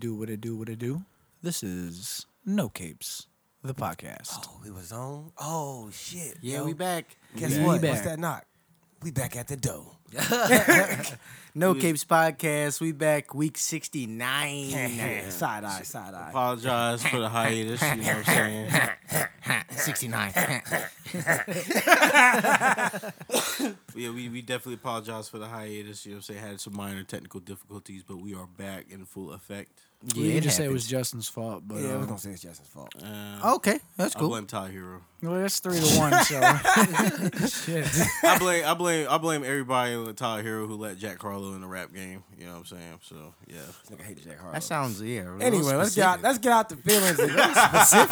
Do what it do, what it do. This is No Capes, the podcast. Oh, we was on. Oh shit. Yeah, yo. we back. Guess Yeah, we what? back. What's that knock? We back at the dough. No Capes podcast. We back week sixty nine. side eye, side eye. Apologize for the hiatus. You know what I'm saying? Sixty nine. Yeah, we, we definitely apologize for the hiatus. You know what I'm saying? Had some minor technical difficulties, but we are back in full effect. Yeah, you just say it was Justin's fault, but Yeah, I uh, was gonna say it's Justin's fault. Uh, Okay, that's I Oh, cool. blame Ty Hero. well, that's three to one. So shit. I blame I blame I blame everybody with Ty Hero who let Jack Carlo in the rap game. You know what I'm saying? So yeah. This nigga hated Jack Harlow. That sounds yeah. real anyway, let's get out, specific. let's get out the feelings. And, let's, specific.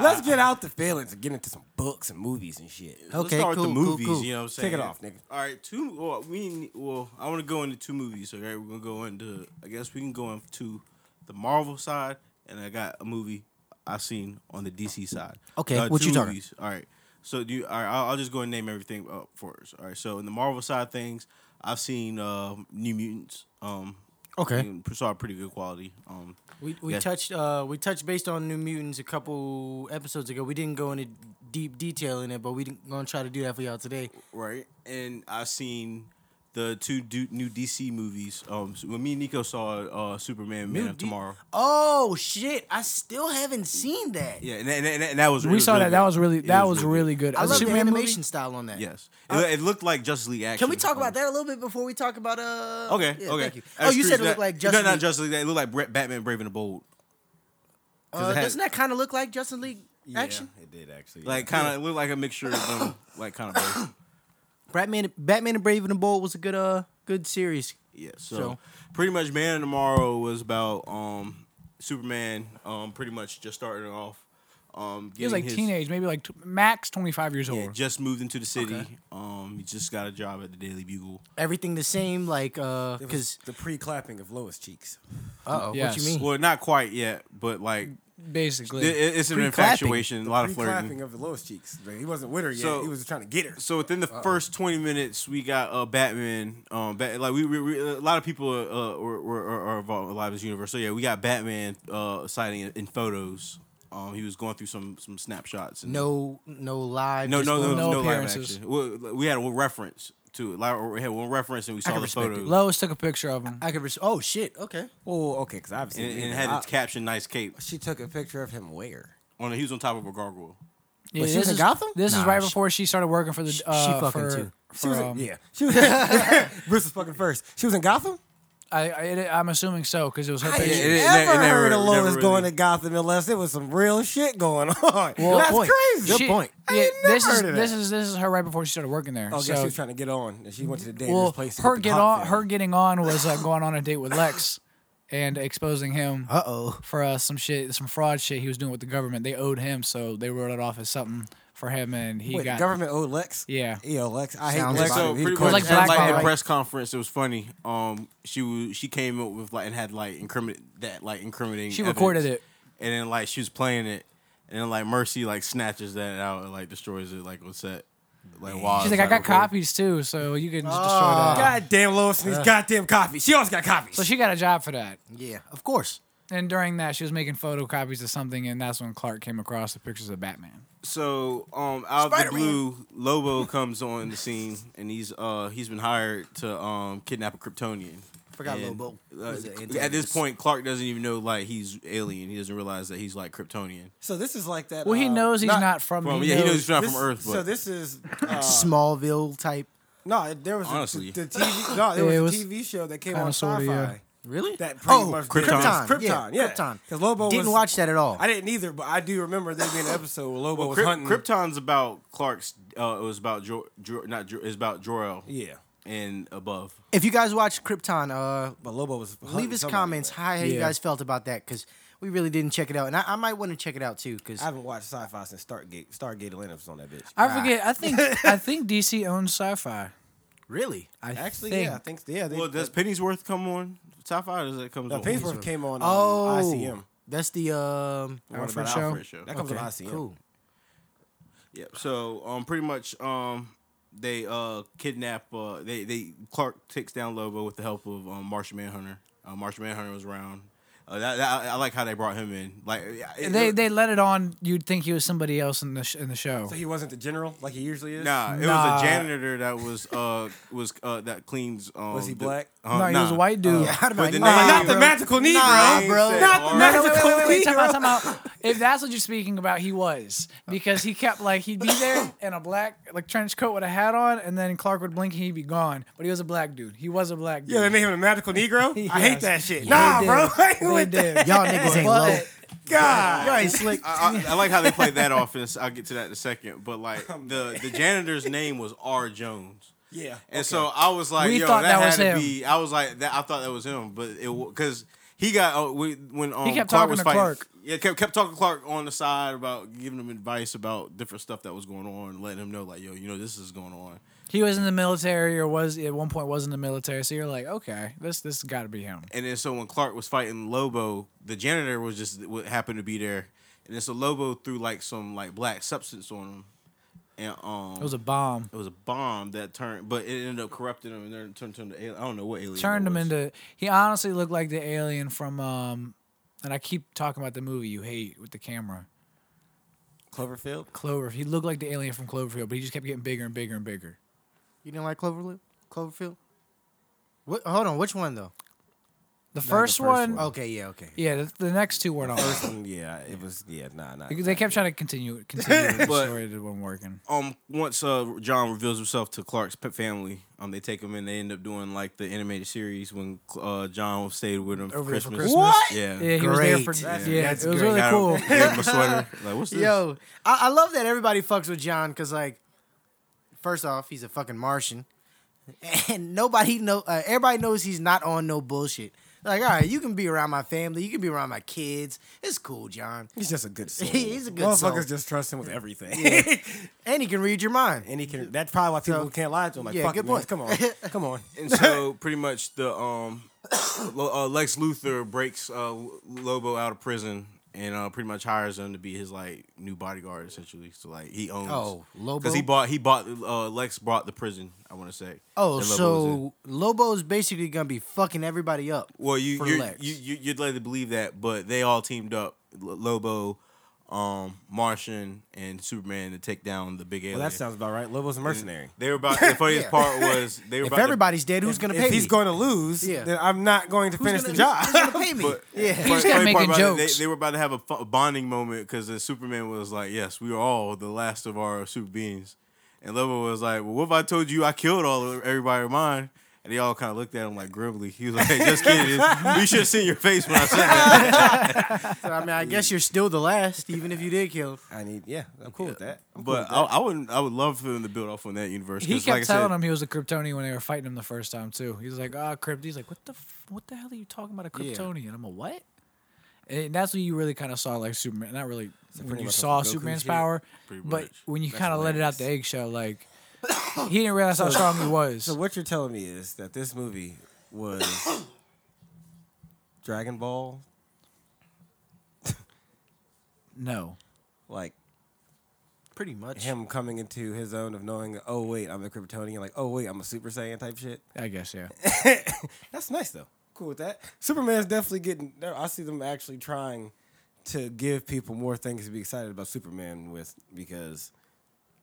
let's get out the feelings and get into some books and movies and shit. Okay, Let's start cool, with the cool, movies. cool. You know what I'm saying? Take it off, nigga. All right, two. Well, we need- well, I want to go into two movies. All right, we're gonna go into. I guess we can go into the Marvel side, and I got a movie I seen on the DC side. Uh, Okay, what two you talking? movies. All right, so do you, all right. I'll, I'll just go and name everything up for us. All right, so in the Marvel side of things, I've seen uh, New Mutants. Um, Okay. and saw a pretty good quality. Um, We, we Yeah. touched uh we touched based on New Mutants a couple episodes ago. We didn't go into deep detail in it, but we didn't, gonna try to do that for y'all today. right? And I've seen the two du- new DC movies. Um, so when me and Nico saw uh, Superman Man New of D- Tomorrow, Oh shit! I still haven't seen that. yeah, and, and, and that was it we was saw really that. That good. was really It that was really good. I Uh, love the Superman movie? animation style on that. Uh, Yes, it, it looked like Justice League action. Can we talk Um, about that a little bit before we talk about uh? Okay, yeah, okay. Thank you. I Oh, you said screwed it looked that- like Justin. No, not League. Justice League. It looked like Bra- Batman: Brave and the Bold. 'Cause Uh, it had- doesn't that kind of look like Justin League action? it did actually. like kind of looked like a mixture of them, like kind of. Batman, Batman and Brave and the Bold was a good uh good series. Yeah, so, So- pretty much Man of Tomorrow was about um Superman um pretty much just starting off um He was getting like his- teenage, maybe like t- max twenty five years Yeah, old. just moved into the city. Um, he just got a job at the Daily Bugle. Everything the same, like uh, because because the pre-clapping of Lois cheeks. uh oh, what Yes. you mean? Well, not quite yet, but like it, Basically, it- it's an Pre-clapping. infatuation, a lot of flirting. Pre-clapping of the Lois cheeks. Like, he wasn't with her yet. So- he was trying to get her. So within the first twenty minutes, we got uh, Batman. Um, Bat- like we, we, we- a lot of people uh, were, were, are- are involved in live this universe. So yeah, we got Batman uh, sighting in, in photos. Um, he was going through some some snapshots. And, No, no live. no, just no, no, one- no no, live appearances. action. We, we had a reference to it. Like, we had one reference, and we saw can the respect it. photos. Lois took a picture of Uh, him. I could. Res- oh shit. Okay. Oh, okay, because obviously and, and it had I- its caption "Nice Cape." She took a picture of him where? On he was on top of a gargoyle. Yeah, Was she this in is, Gotham? This is Nah, right she- before she started working for the. she Uh, fucking for, too. She was for, in- um, yeah. She was, Bruce was fucking first. She was in Gotham. I, I it, I'm assuming so because it was her I ain't picture. it- it ever never- heard of never Lois really- going to Gotham unless it was some real shit going on. Well, That's point. crazy. Good point. I yeah, ain't this never is heard of this that. is this is her right before she started working there. Oh, I guess so, she was trying to get on, and she went to the dangerous well, place. to her get get the on pop film. her getting on was uh, going on a date with Lex and exposing him Uh oh. for uh, some shit, some fraud shit he was doing with the government. They owed him, so they wrote it off as something for him, and he Wait, the got government owed Lex. Yeah. yo, Lex, I Sounds hate Lex. about So He pretty the much like corner- Black at, like Mamba. the press conference, it was funny. Um, she was she came up with like and had like incriminate that like incriminating. She recorded evidence. it. and then like she was playing it, and then like Mercy like snatches that out and like destroys it like on set. Like wow. She's like, I got copies too, so you can just destroy Oh. that. Goddamn Lois and these goddamn copies. She always got copies. Uh. So she got a job for that, Yeah. Of course. and during that, she was making photocopies of something, and that's when Clark came across the pictures of Batman. So um, out of the Spider-Man. blue, Lobo comes on the scene, and he's uh he's been hired to um kidnap a Kryptonian. Forgot And, Lobo. uh, He's an at this antagonist. point, Clark doesn't even know like he's alien. He doesn't realize that he's like Kryptonian. so this is like that. Well, he uh, knows he's not- not, from. Well, he yeah, he knows knows- he's not this- from Earth. But So this is uh, Smallville type. no. There was Honestly. a, the TV. No, there Yeah, it was was a TV show that came kinda on sorta, sci-fi. yeah. Really? That pretty oh, much Krypton. Krypton. Krypton. Yeah, Krypton. Because Lobo Didn't was- watch that at all. I didn't either, but I do remember there being an episode where Lobo was Kryp- hunting. Krypton's about Clark's. Uh, it was about jo- jo- not jo- it's about Jor-El. Yeah, and above. if you guys watch Krypton, uh, but Lobo was. hunting leave us somebody. comments how you Yeah. guys felt about that because we really didn't check it out, and I, I might want to check it out too because I haven't watched sci-fi since Stargate. Stargate Atlanta was on that bitch. I Uh, forget. I think I think DC owns Sci-Fi. really, I Actually, think. yeah, I think yeah. They, Well, does Pennyworth come on? Top five does that comes the on? Painsworth came on. Um, oh, ICM. That's the um. What Alfred about show? Alfred? Alfred show. That comes okay, on ICM. Cool. Yep. So um, pretty much um, they uh kidnap uh they they Clark takes down Lobo with the help of um, Martian Manhunter. Uh, Martian Manhunter was around. Uh, that, that- I, I like how they brought him in. Like it- They they let it on. You'd think he was somebody else in the sh- in the show. So he wasn't the general like he usually is. Nah, it Nah. was a janitor that was uh was uh that cleans. Um, Was he the- black? uh, no, he was a nah. white dude. How did But I the know? name- not the bro. magical Negro. Nah, Not bro. the Nah, No, magical wait, wait, wait, wait, wait, time Negro. out, time out. If that's what you're speaking about, he was because he kept like he'd be there in a black like trench coat with a hat on, and then Clark would blink and he'd be gone. But he was a black dude. He was a black dude. Yeah, they made him a magical Negro. I hate that shit. Yeah, nah, they bro. did. I ain't They with did. that. Y'all niggas ain't low. But God. Right, slick. I, I, I like how they played that offense. I'll get to that in a second. But like Oh, the the janitor's name was R Jones. Yeah. And so I was like, We yo, thought that, that had was to him. be. I was like, that, I thought that was him, but it because he got oh, we, when um, kept Clark talking was to fighting, Clark. Yeah, kept, kept talking to Clark on the side about giving him advice about different stuff that was going on, letting him know like, yo, you know, this is going on. he was in the military, or was at one point was in the military. So you're like, okay, this this got to be him. And then so when Clark was fighting Lobo, the janitor was just what happened to be there, and then so Lobo threw like some like black substance on him, and um, It was a bomb. it was a bomb that turned, but it ended up corrupting him and then turned turned to alien. I don't know what alien. Turned it him was. into. He honestly looked like the alien from. um And I keep talking about the movie you hate with the camera. Cloverfield. Clover. He looked like the alien from Cloverfield, but he just kept getting bigger and bigger and bigger. You didn't like Cloverfield? Cloverfield? What? Hold on. Which one though? The first, first one, one. Okay, yeah, okay. yeah, the, the next two weren't on. yeah, it was. Yeah, nah, nah. Because they kept trying to continue it, continue it, the But- story that wasn't working. um once uh John reveals himself to Clark's pet family, um they take him and they end up doing like the animated series when uh John stayed with him for Over there for Christmas. Christmas. What? Yeah. Yeah, he was Great. there That's- for yeah. that's it was great. really Got him- cool. gave him a sweater. Like what's this? Yo, I, I love that everybody fucks with John because, like, first off, he's a fucking Martian, and nobody know. Uh, everybody knows he's not on no bullshit. Like, all right, you can be around my family, you can be around my kids. It's cool, John, He's just a good soul. He's a good Motherfuckers soul. just trust him with everything. and he can read your mind. and he can. That's probably why people So- can't lie to him. Like, Yeah, fuck good it, man. point. Come on, come on. And so pretty much the um Lo- uh, Lex Luthor breaks uh Lobo out of prison and uh pretty much hires him to be his like new bodyguard essentially. So like he owns Oh, Lobo? Cuz he bought he bought uh Lex bought the prison, I want to say. Oh, that Lobo was in. so Lobo's basically gonna be fucking everybody up. Well, you for you're, Lex. you you you'd led to believe that, but they all teamed up, L- Lobo, um, Martian, and Superman to take down the big alien. Well, that sounds about right. Lobo's a mercenary. They were about the funniest Yeah. part was they were if about everybody's dead, who's gonna if pay he's me? going to lose, Yeah. then I'm not going to Who's finish gonna- the job. Who's gonna pay me? to, yeah. He just kept funny part making about it, jokes. They, they were about to have a, fu- a bonding moment because the Superman was like, "Yes, we are all the last of our super beings," and Lobo was like, "Well, what if I told you I killed all of everybody of mine?" And they all kind of looked at him like grimly. He was like, "Hey, "Just kidding. you should have seen your face when I said that." So, I mean, I guess you're still the last, even if you did kill. him. I need. Yeah, I'm cool with that. I'm cool But with I, I would I would love for them to build off on that universe. He 'cause kept like I telling said, him he was a Kryptonian when they were fighting him the first time too. He was like, "Ah, Krypt." He's like, "What the f- what the hell are you talking about a Yeah. Kryptonian?" I'm a what? And that's when you really kind of saw like Superman. Not really when pretty you much saw Goku's Superman's shit. power, Pretty but much. when you kind of let it out the eggshell, like he didn't realize how strong he was. So what you're telling me is that this movie was Dragon Ball, no, like Pretty much. him coming into his own of knowing, oh wait, I'm a Kryptonian, like oh wait, I'm a Super Saiyan type shit. I guess yeah. That's nice though. Cool with that. Superman's definitely getting. I see them actually trying to give people more things to be excited about Superman with because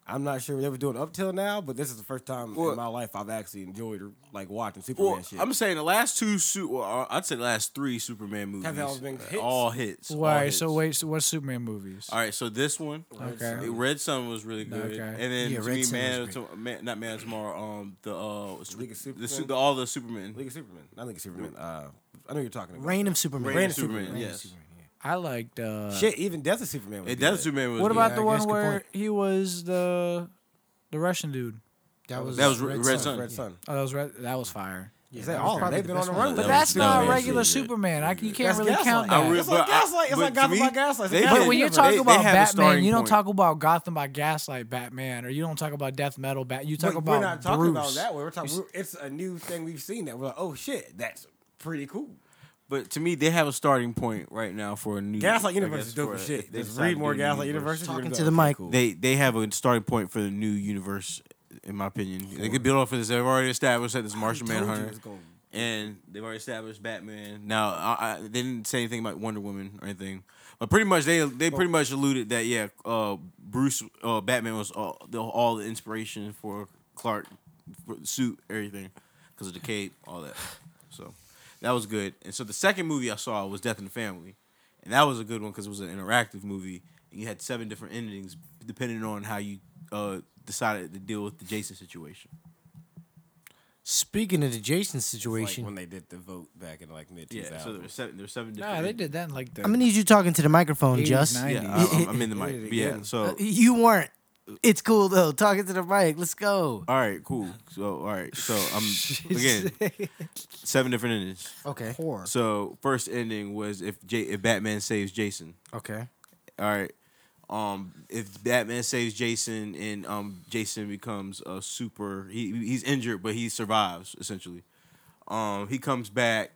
I'm not sure what they were doing up till now, but this is the first time Well- in my life I've actually enjoyed like watching Superman well, shit. I'm saying the last two su- well, I'd say the last three Superman movies uh, Have all been hits? all hits. all Why? hits. So wait, so what Superman movies? All right, so this one, Okay. Sun. Red Sun was really good, Okay. and then Yeah, to Red me, Sun Man, was of Tom- Man- not Man of Tomorrow, um, the uh, Su- League of the, Superman? Su- the- all the Superman, League of Superman, not League of Superman. Uh, I know what you're talking about Reign of Superman. Reign Reign of Superman, Superman, yes. I liked. Uh, Shit, even Death of Superman. Was It good. does Superman was What good. about Yeah, the I one guess good where point. he was the the Russian dude? That was that was Red, Red Sun. Red Sun. Oh, that was re- that was fire. Is that all? probably They've the been best on the one. run. But That that's was- not no, a that's regular really good. Superman. I, you can't That's really count Gaslight. that. I really- It's like but I- Gaslight. It's but like to Gotham me, by Gaslight. It's they a had- but when Yeah, you but talk they- they about have a Batman, starting you don't point. talk about Gotham by Gaslight Batman, or you don't talk about death metal Bat. You talk But about we're not talking Bruce. about that. way. We're talking. We're, it's a new thing we've seen that we're like, oh shit, that's pretty cool. But to me, they have a starting point right now for a new Gaslight I Universe guess, is dope for as a- shit. they Just decided read to more do a new Gaslight universe. Universe. Talking to the mic. They they have a starting point for the new universe, in my opinion. They could build off of this. They've already established that this Martian Manhunter. and they've already established Batman. Now, I, I, they didn't say anything about Wonder Woman or anything, but pretty much they they pretty much alluded that yeah, uh, Bruce uh, Batman was all the, all the inspiration for Clark for the suit, everything because of the cape, all that. So that was good. And so the second movie I saw was Death in the Family, and that was a good one because it was an interactive movie. And you had seven different endings depending on how you uh, decided to deal with the Jason situation. Speaking of the Jason Like situation, when they did the vote back in like mid 2000s. Yeah, so there were seven. There were seven. Different Nah, they endings. did that in like the. I'm gonna need you talking to the microphone, Eighties, Just. nineties. Yeah, Andy. I, I'm in the mic. Did it Yeah, again. so You Uh, weren't. It's cool though. Talking to the mic. Let's go. all right, cool. So all right, so I'm again seven different endings. Okay. Horror. So first ending was if J- if Batman saves Jason. Okay. All right, um, if Batman saves Jason and um Jason becomes a super, he he's injured but he survives essentially. Um, he comes back.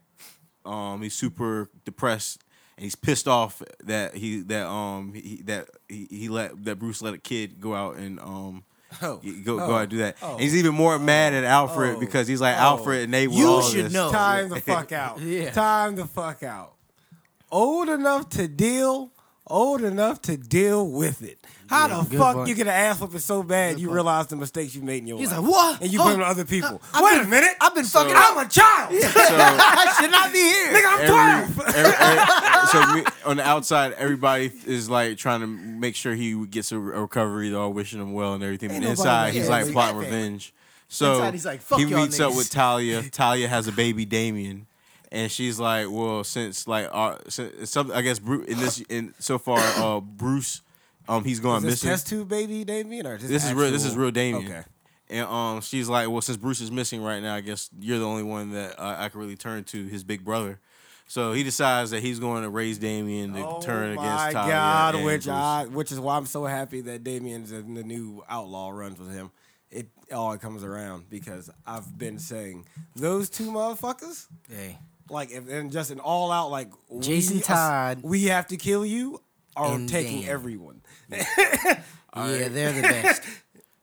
Um, he's super depressed and he's pissed off that he that um he that he, he let that Bruce let a kid go out and um. Oh. y- go go out and do that. And he's even more mad at Alfred Oh. because he's like Oh. Alfred enabled You all should this. know. Time the fuck out. Yeah. Time the fuck out. Old enough to deal, old enough to deal with it. How Yeah, the good fuck point. you get an ass whooping so bad you realize the mistakes you made in your He's life? like, what? And you Oh, blame it on other people. I've Wait been- a minute. I've been fucking. I'm a child. So I should not be here. Nigga, I'm every, 12. every- every- so me, on the outside, everybody is like trying to make sure he gets a re- recovery. They're all wishing him well and everything. But nobody- inside, he's yeah, like we got plotting that. revenge. So Inside, he's like, "Fuck he y'all meets up niggas." with Talia. Talia has a baby, Damien. And she's like, well, since like, uh, since, some, I guess Bruce in this in so far, uh, Bruce, um, he's going This missing. test tube baby Damien or This is real. This is actual- real Damien. Okay. And um, she's like, well, since Bruce is missing right now, I guess you're the only one that uh, I can really turn to, his big brother. So he decides that he's going to raise Damien to turn Oh my against Talia. God, and which Bruce. I, which is why I'm so happy that Damien's in the new outlaw runs with him. It all comes around because I've been saying those two motherfuckers, Hey. like, if, and just an all out like we- Jason Todd. we have to kill you, are And taking Dan. everyone. Yeah, they're the best.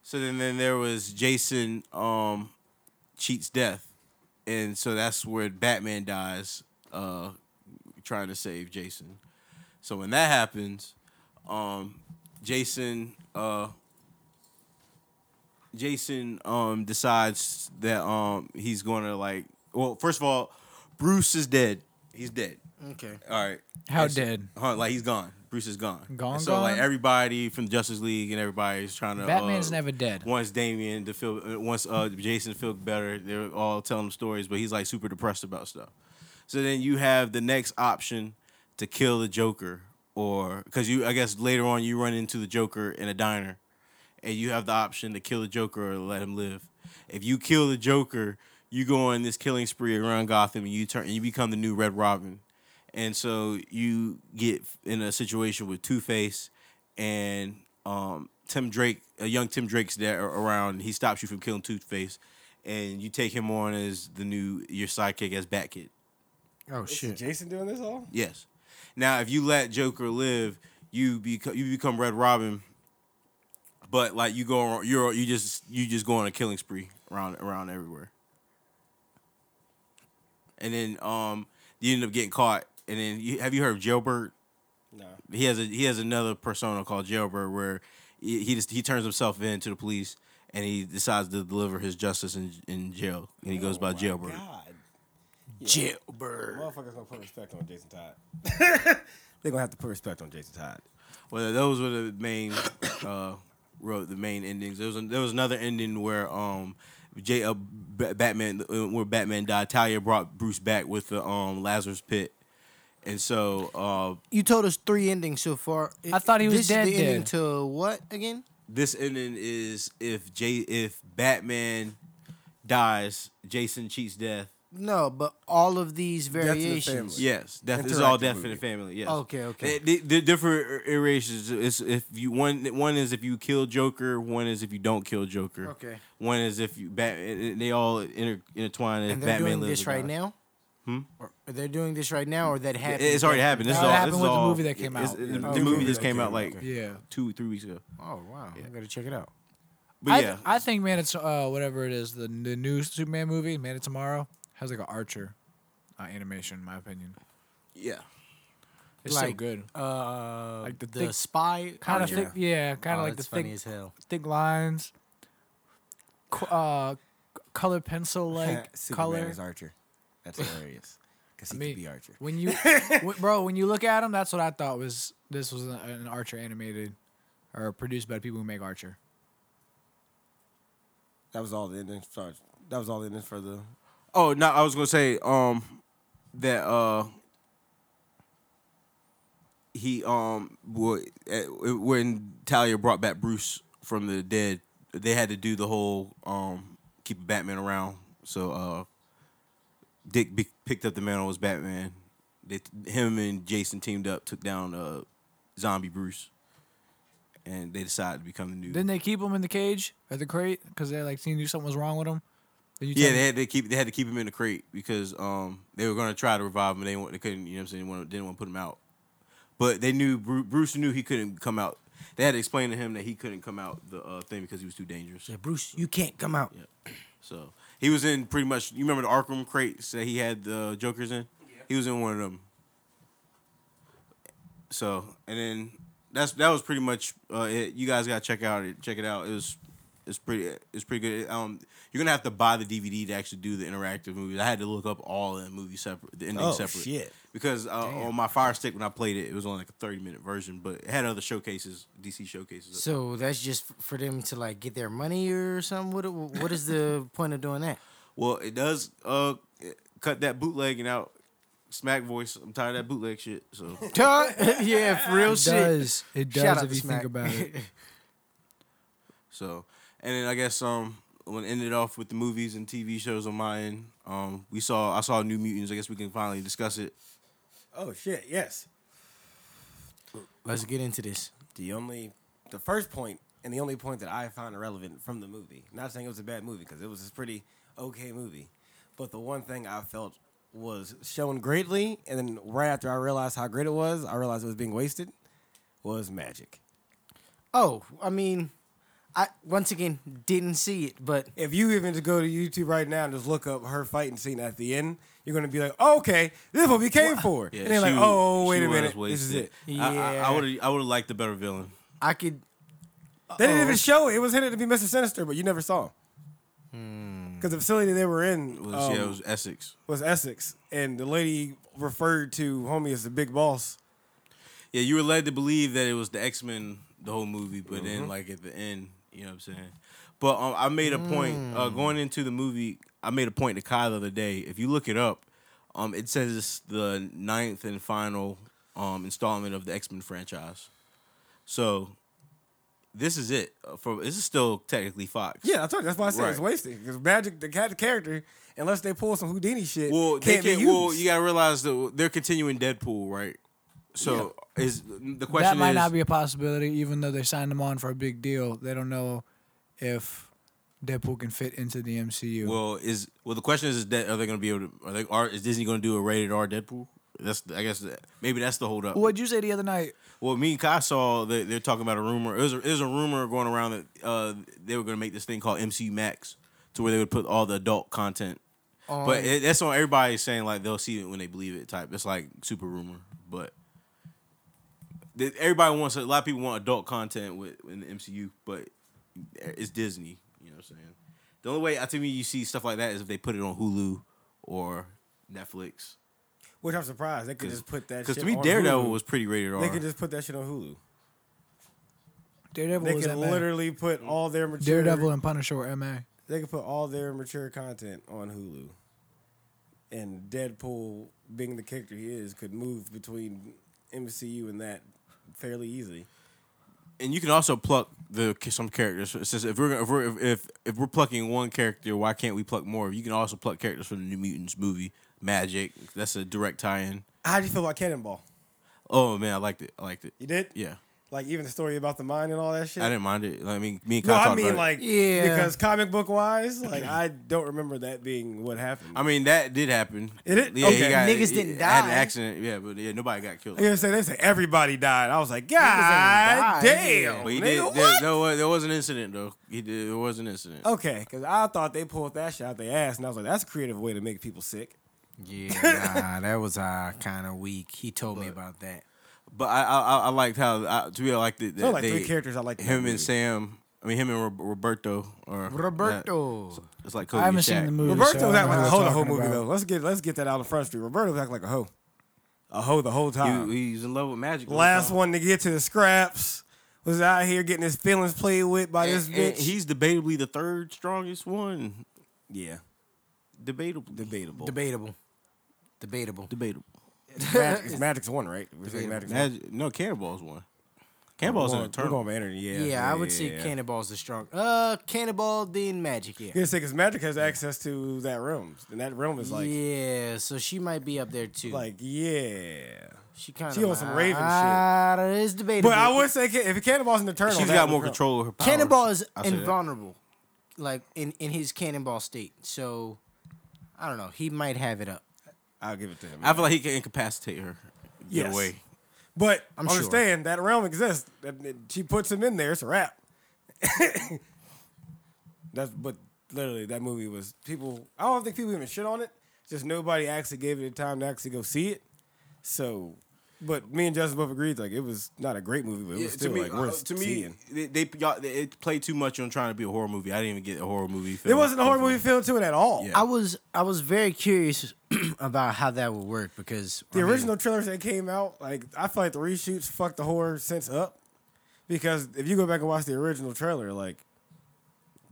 So then, then there was Jason um, cheats death, and so that's where Batman dies, uh, trying to save Jason. So when that happens, um, Jason uh, Jason um, decides that um, he's going to like. Well, first of all, Bruce is dead. He's dead. okay. All right. How And so- dead? Huh, like he's gone. Bruce is gone. Gone, And so like gone? everybody from Justice League and everybody's trying to. Batman's uh, never dead. Once Damien to feel, uh, once uh, Jason feel better, they're all telling him stories, but he's like super depressed about stuff. So then you have the next option to kill the Joker, or because you, I guess later on you run into the Joker in a diner, and you have the option to kill the Joker or let him live. If you kill the Joker, you go on this killing spree around Gotham, and you turn and you become the new Red Robin. And so you get in a situation with Two Face and um, Tim Drake, a young Tim Drake's there around. He stops you from killing Two Face, and you take him on as the new your sidekick as Batkid. Oh Is shit. Jason doing this all? Yes. Now, if you let Joker live, you become you become Red Robin. But like you go, on- you're you just you just go on a killing spree around around everywhere. And then um, you end up getting caught. And then you, have you heard of Jailbird? No. He has a he has another persona called Jailbird where he, he just he turns himself in to the police and he decides to deliver his justice in in jail and he goes by Jailbird. God, Jailbird. motherfuckers gonna put respect on Jason Todd. They're gonna have to put respect on Jason Todd. Well, those were the main uh wrote the main endings. There was there was another ending where um J uh, B- Batman uh, where Batman died. Talia brought Bruce back with the um Lazarus Pit, and so uh You told us three endings so far. I thought he was this dead Is the ending dead. to what again? this ending is if J if Batman dies, Jason cheats death. No, but all of these in the variations. family. Yes, death this is all Interactive death in the movie. family. Yes. Okay, okay. The, the- the different er, iterations is if you one one is if you kill Joker, one is if you don't kill Joker. Okay. One is if you bat. eh, They all inter, intertwine. If And they're Batman doing lives this or right dies. now. Hmm. Or they're doing this right now, or that It- happened. It's already happened. This That is all, happened this is with the all- movie that came it's- out. it- Yeah. The Okay. movie just Okay, came out okay. like Yeah. two, three weeks ago. Oh wow! I gotta check it out. But I, yeah, I think Man, it's uh, whatever it is the, the new Superman movie, Man of Tomorrow. has like an Archer uh, animation, in my opinion. Yeah. It's so Like, good. Uh, Like the the, thick- spy Kind of Oh, thick, yeah. Kind of Oh, like the that's funny thick, as hell. thick lines, Qu- uh, color pencil like Superman color. is Archer. That's hilarious. Because he I mean, could be Archer. When you, when- bro, when you look at him, that's what I thought was this was an, an Archer animated or produced by people who make Archer. That was all the ending. Sorry, that was all the ending for the. Oh no, I was gonna say um that uh he um would eh, when Talia brought back Bruce from the dead, they had to do the whole um keep Batman around. So uh Dick be- picked up the mantle as Batman. They him and Jason teamed up, took down uh zombie Bruce, and they decided to become the new. Didn't they keep him in the cage at the crate because they like knew something was wrong with him? Did you Yeah, tell me- they had to keep they had to keep him in the crate because um they were gonna try to revive him. They wa- they couldn't, you know, what I'm saying, wanna- didn't want to put him out. But they knew Bru- Bruce knew he couldn't come out. They had to explain to him that he couldn't come out the uh, thing because he was too dangerous. Yeah, Bruce, you can't come out. So he was in pretty much. You remember the Arkham crates that he had the Jokers in? He was in one of them. So and then that's that was pretty much uh, it. You guys gotta check out it. Check it out. It was it's pretty it's pretty good. Um, you're gonna have to buy the DVD to actually do the interactive movies. I had to look up all the movies separate, the ending Oh, separate. shit. Because uh, on my Fire Stick when I played it, it was only like a 30 minute version, but it had other showcases, DC showcases. So that's just f- for them to like get their money or something. What what is the point of doing that? Well, it does uh cut that bootlegging out. Smack voice. I'm tired of that bootleg shit. So yeah, for real It shit. does. It Shout does out if to you Smack. think about it. so and then I guess um when it ended off with the movies and TV shows on my end. Um we saw I saw New Mutants. I guess we can finally discuss it. Oh shit! Yes. Let's get into this. The only, the first point and the only point that I found relevant from the movie. Not saying it was a bad movie because it was a pretty okay movie, but the one thing I felt was shown greatly, and then right after I realized how great it was, I realized it was being wasted. Was magic. Oh, I mean, I once again didn't see it, but If you even to go to YouTube right now and just look up her fighting scene at the end, you're gonna be like, oh, okay, this is what we came for. and they're like, she- oh, wait she a was minute, this is wasted. it. I- Yeah. I would I, would have liked the better villain. I could. They didn't even show it. It was hinted to be Mr. Sinister, but you never saw him. Because the facility they were in It Hmm. was, was, um, yeah, it was Essex. was Essex, and the lady referred to homie as the big boss. Yeah, you were led to believe that it was the X Men the whole movie, but then like at the end, you know what I'm saying. But um, I made a point uh, going into the movie. I made a point to Kyle the other day. If you look it up, um, it says it's the ninth and final um, installment of the X Men franchise. So this is it. Uh, For this is still technically Fox. Yeah, I told you. That's why I said it's Right. wasted. Because Magic, the cat character, unless they pull some Houdini shit, Well, they can't, can't, be used. well, you gotta realize that they're continuing Deadpool, right? So is the question that might is, not be a possibility, even though they signed him on for a big deal. They don't know if Deadpool can fit into the MCU. Well, is well the question is, is that are they going to be able to? Are they? Are is Disney going to do a rated R Deadpool? That's the- I guess that, maybe that's the holdup. What'd you say the other night? Well, me and Kai saw that they're talking about a rumor. It was a, it was a rumor going around that uh, they were going to make this thing called MC Max, to where they would put all the adult content. Oh, but it, that's on everybody saying like they'll see it when they believe it type. It's like super rumor, but th- everybody wants a lot of people want adult content with in the MCU, but it's Disney. You know what I'm saying? The only way I to me you see stuff like that is if they put it on Hulu or Netflix. Which I'm surprised they could just put that. Because Because to me, Daredevil Hulu. was pretty rated R. They could just put that shit on Hulu. Daredevil They was could MA. literally put all their mature. Daredevil and Punisher were MA. They could put all their mature content on Hulu. And Deadpool, being the character he is, could move between MCU and that fairly easily. and you can also pluck the some characters. Since if we're gonna- if we're if, if if we're plucking one character, why can't we pluck more? You can also pluck characters from the New Mutants movie, Magic. That's a direct tie-in. How do you feel about Cannonball? Oh man, I liked it. I liked it. You did? Yeah. Like even the story about the mine and all that shit. I didn't mind it. Like, I mean, me and no, Kyle I talked mean about it. like Yeah. because comic book wise, like I don't remember that being what happened. I mean, that did happen. It did? Yeah, Okay. he got, Niggas he didn't Had an die. accident. Yeah, but yeah, nobody got killed. You know what I'm saying? They say everybody died. I was like, God died, damn. But nigga, he did. what? There, there, was, there was an incident though. He did. There was an incident. Okay, because I thought they pulled that shit out their ass, and I was like, that's a creative way to make people sick. Yeah, nah, that was uh, kind of weak. He told me about that. But I I, I- I liked how I, to be like the, the So like they, three characters I like. Him and Sam. I mean, him and Ro- Roberto or Roberto. that- it's like Kobe I haven't and Shaq. seen the movie. so Roberto's I don't acting like know a what hoe you're the whole talking movie about. though. Let's get let's get that out of front street. Roberto's acting like a hoe, a hoe the whole time. He, he's in love with Magic. all the Last time. one to get to the scraps was out here getting his feelings played with by And- this and bitch. he's debatably the third strongest one. yeah, Debatable. debatable. Debatable. Debatable. Debatable. Magic, it's Magic's one, right? We're saying Magic's one. Magic, no, Cannonball's one. Cannonball's an We're going- we're eternal. going by energy, Yeah, Yeah, I would say yeah. Cannonball's the strong. Uh, Cannonball then Magic. Yeah. Yeah, because Magic has access to that room, and that room is like, yeah, so she might be up there too. like yeah. she kind of she on some Raven shit. ah, shit. That is debatable. But I would say Ca- if Cannonball's an eternal, She's that got would more count. control of her powers. Cannonball is I'll say that. invulnerable, like in in his Cannonball state. So I don't know. He might have it up. I'll give it to him. I feel like he can incapacitate her. Get Yes. away. but I'm sure. understand that realm exists. That- that She puts him in there. It's a wrap. That's but literally that movie was people. I don't think people even shit on it. Just nobody actually gave it the time to actually go see it. So, but me and Justin both agreed like it was not a great movie, but it was Yeah, still like worth uh, to me, seeing. They, they, y'all, they it played too much on trying to be a horror movie. I didn't even get a horror movie. It Film. wasn't a horror movie film to it at all. Yeah. I was I was very curious about how that would work because The I mean, original trailers that came out, like I feel like the reshoots fucked the horror sense up. Because if you go back and watch the original trailer, like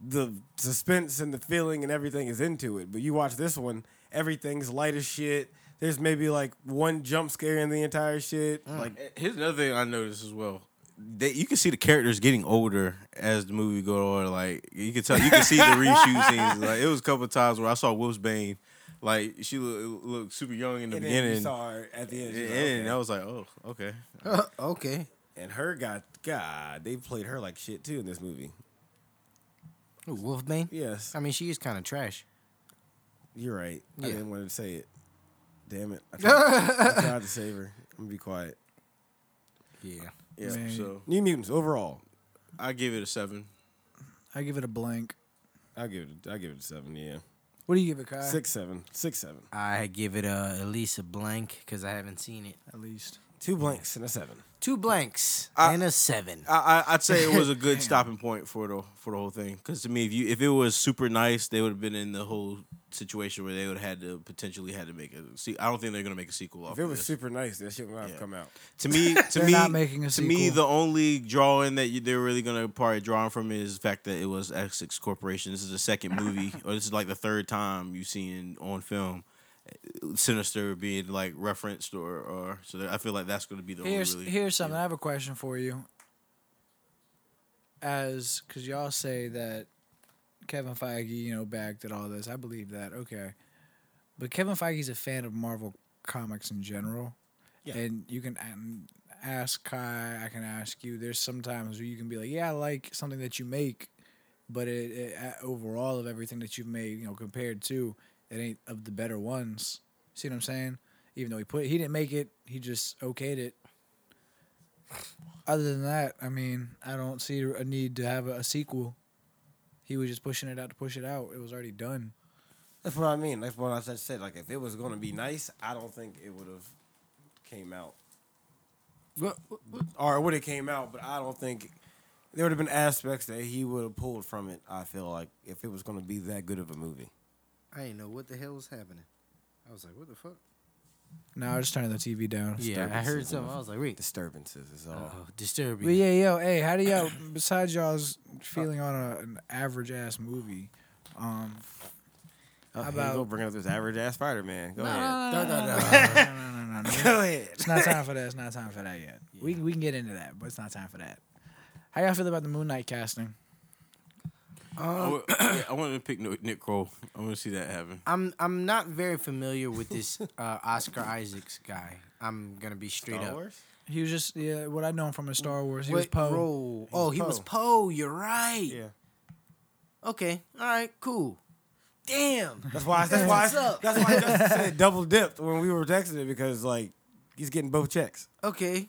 the suspense and the feeling and everything is into it. But you watch this one, everything's light as shit. There's maybe like one jump scare in the entire shit. Mm. Like Here's another thing I noticed as well. They, you can see the characters getting older as the movie go on. Like you can tell, you can see the reshoot scenes. Like it was a couple of times where I saw Willis Bane. Like she looked, looked super young in the and then you beginning, saw her at the end. and, she's like, and okay. I was like, oh, okay. okay. And her got God, they played her like shit too in this movie. Ooh, Wolfbane. Yes. I mean, she is kind of trash. You're right. I Um, Yeah. didn't want to say it. Damn it. I tried, I tried to save her. I'm gonna be quiet. Yeah. Yeah, Man. so New Mutants overall. I give it a seven. I give it a blank. I give it. I give it a seven. Yeah, What do you give it, Kai? six, seven, six, seven. I give it a at least a blank because I haven't seen it. at least. Two blanks and a seven. Two blanks I- and a seven. I, I I'd say it was a good stopping point for the for the whole thing. Because to me, if you if it was super nice, they would have been in the whole situation where they would have had to potentially had to make a. See, I don't think they're gonna make a sequel. Off If it of was this. super nice, that shit would not have Yeah. come out. to me, to They're me, not making a to me, sequel. the only drawing that you, they're really gonna probably draw from is the fact that it was Essex Corporation. This is the second movie, or this is like the third time you've seen on film. eh, Sinister being like referenced, or, or so that- I feel like that's going to be the Here's only really. here's something. I have a question for you. As because y'all say that Kevin Feige, you know, backed at all this. I believe that. Okay, but Kevin Feige's a fan of Marvel comics in general, Yeah. and you can um, ask Kai. I can ask you. There's sometimes where you can be like, yeah, I like something that you make, but it, it uh, overall of everything that you've made, you know, compared to it ain't of the better ones. See what I'm saying? Even though he put he didn't make it, he just okayed it. Other than that, I mean, I don't see a need to have a, a sequel. He was just pushing it out to push it out. It was already done. That's what I mean. That's what I said- said. Like, if it was gonna be nice, I don't think it would have came out, or it would have came out. But I don't think there would have been aspects that he would have pulled from it. I feel like if it was gonna be that good of a movie. I didn't know what the hell was happening. I was like, what the fuck? No, I was just turning the TV down. Yeah, I heard Disturbances. something. I was like, wait. Disturbances is all. Uh-huh. Oh, disturbing. But yeah, yo, hey, how do y'all besides y'all's feeling on a, an average ass movie? Um, Oh, here you about- go bring up this average ass Spider Man? Go ahead. no, no, no, no, no, no, no, no. Go ahead. It's not time for that. It's not time for that yet. We we can get into that, but it's not time for that. How y'all feel about the Moon Knight casting? I um, Um, wa- yeah, I wanted to pick Nick Nick Kroll. I want to see that happen. I'm I'm not very familiar with this uh, Oscar Isaacs guy. I'm gonna be straight up. He was just yeah. What I know him from is Star Wars. He was Wait, Poe. Ro- Oh, he was Poe. Poe. You're right. Yeah. Okay. All right. Cool. Damn. That's why. That's why. What's up? That's why Justin said double dipped when we were texting it because like he's getting both checks, Okay.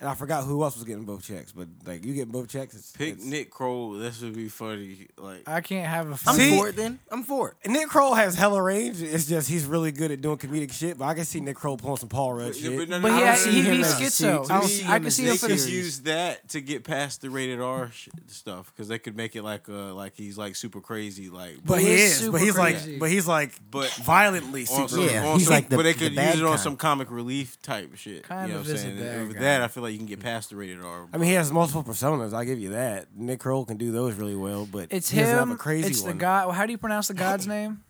and I forgot who else was getting both checks. But like you getting both checks, it's, Pick it's- Nick Kroll. This would be funny. Like I can't have a. I'm favorite. for it then. I'm for it. And Nick Kroll has hella range. It's just he's really good at doing comedic shit. But I can see Nick Kroll pulling some Paul Rudd shit. no, no, But I he don't had- see he him be as- schizo. I I, don't was- see I him could as see him They for could the use that to get past the rated R sh- stuff because they could make it like uh like he's like super crazy like but he He is. is but super he's crazy. like. But he's like. But- violently on super. some, Yeah, on he's some- like the- but they the could bad use it on kind. some comic relief type shit. Kind you know of what I'm is a saying? bad And With guy. that, I feel like you can get past the rated R. I mean, he has multiple personas. I give you that. Nick Kroll can do those really well, but It's he him. doesn't have a crazy it's one. the guy. How do you pronounce the god's name?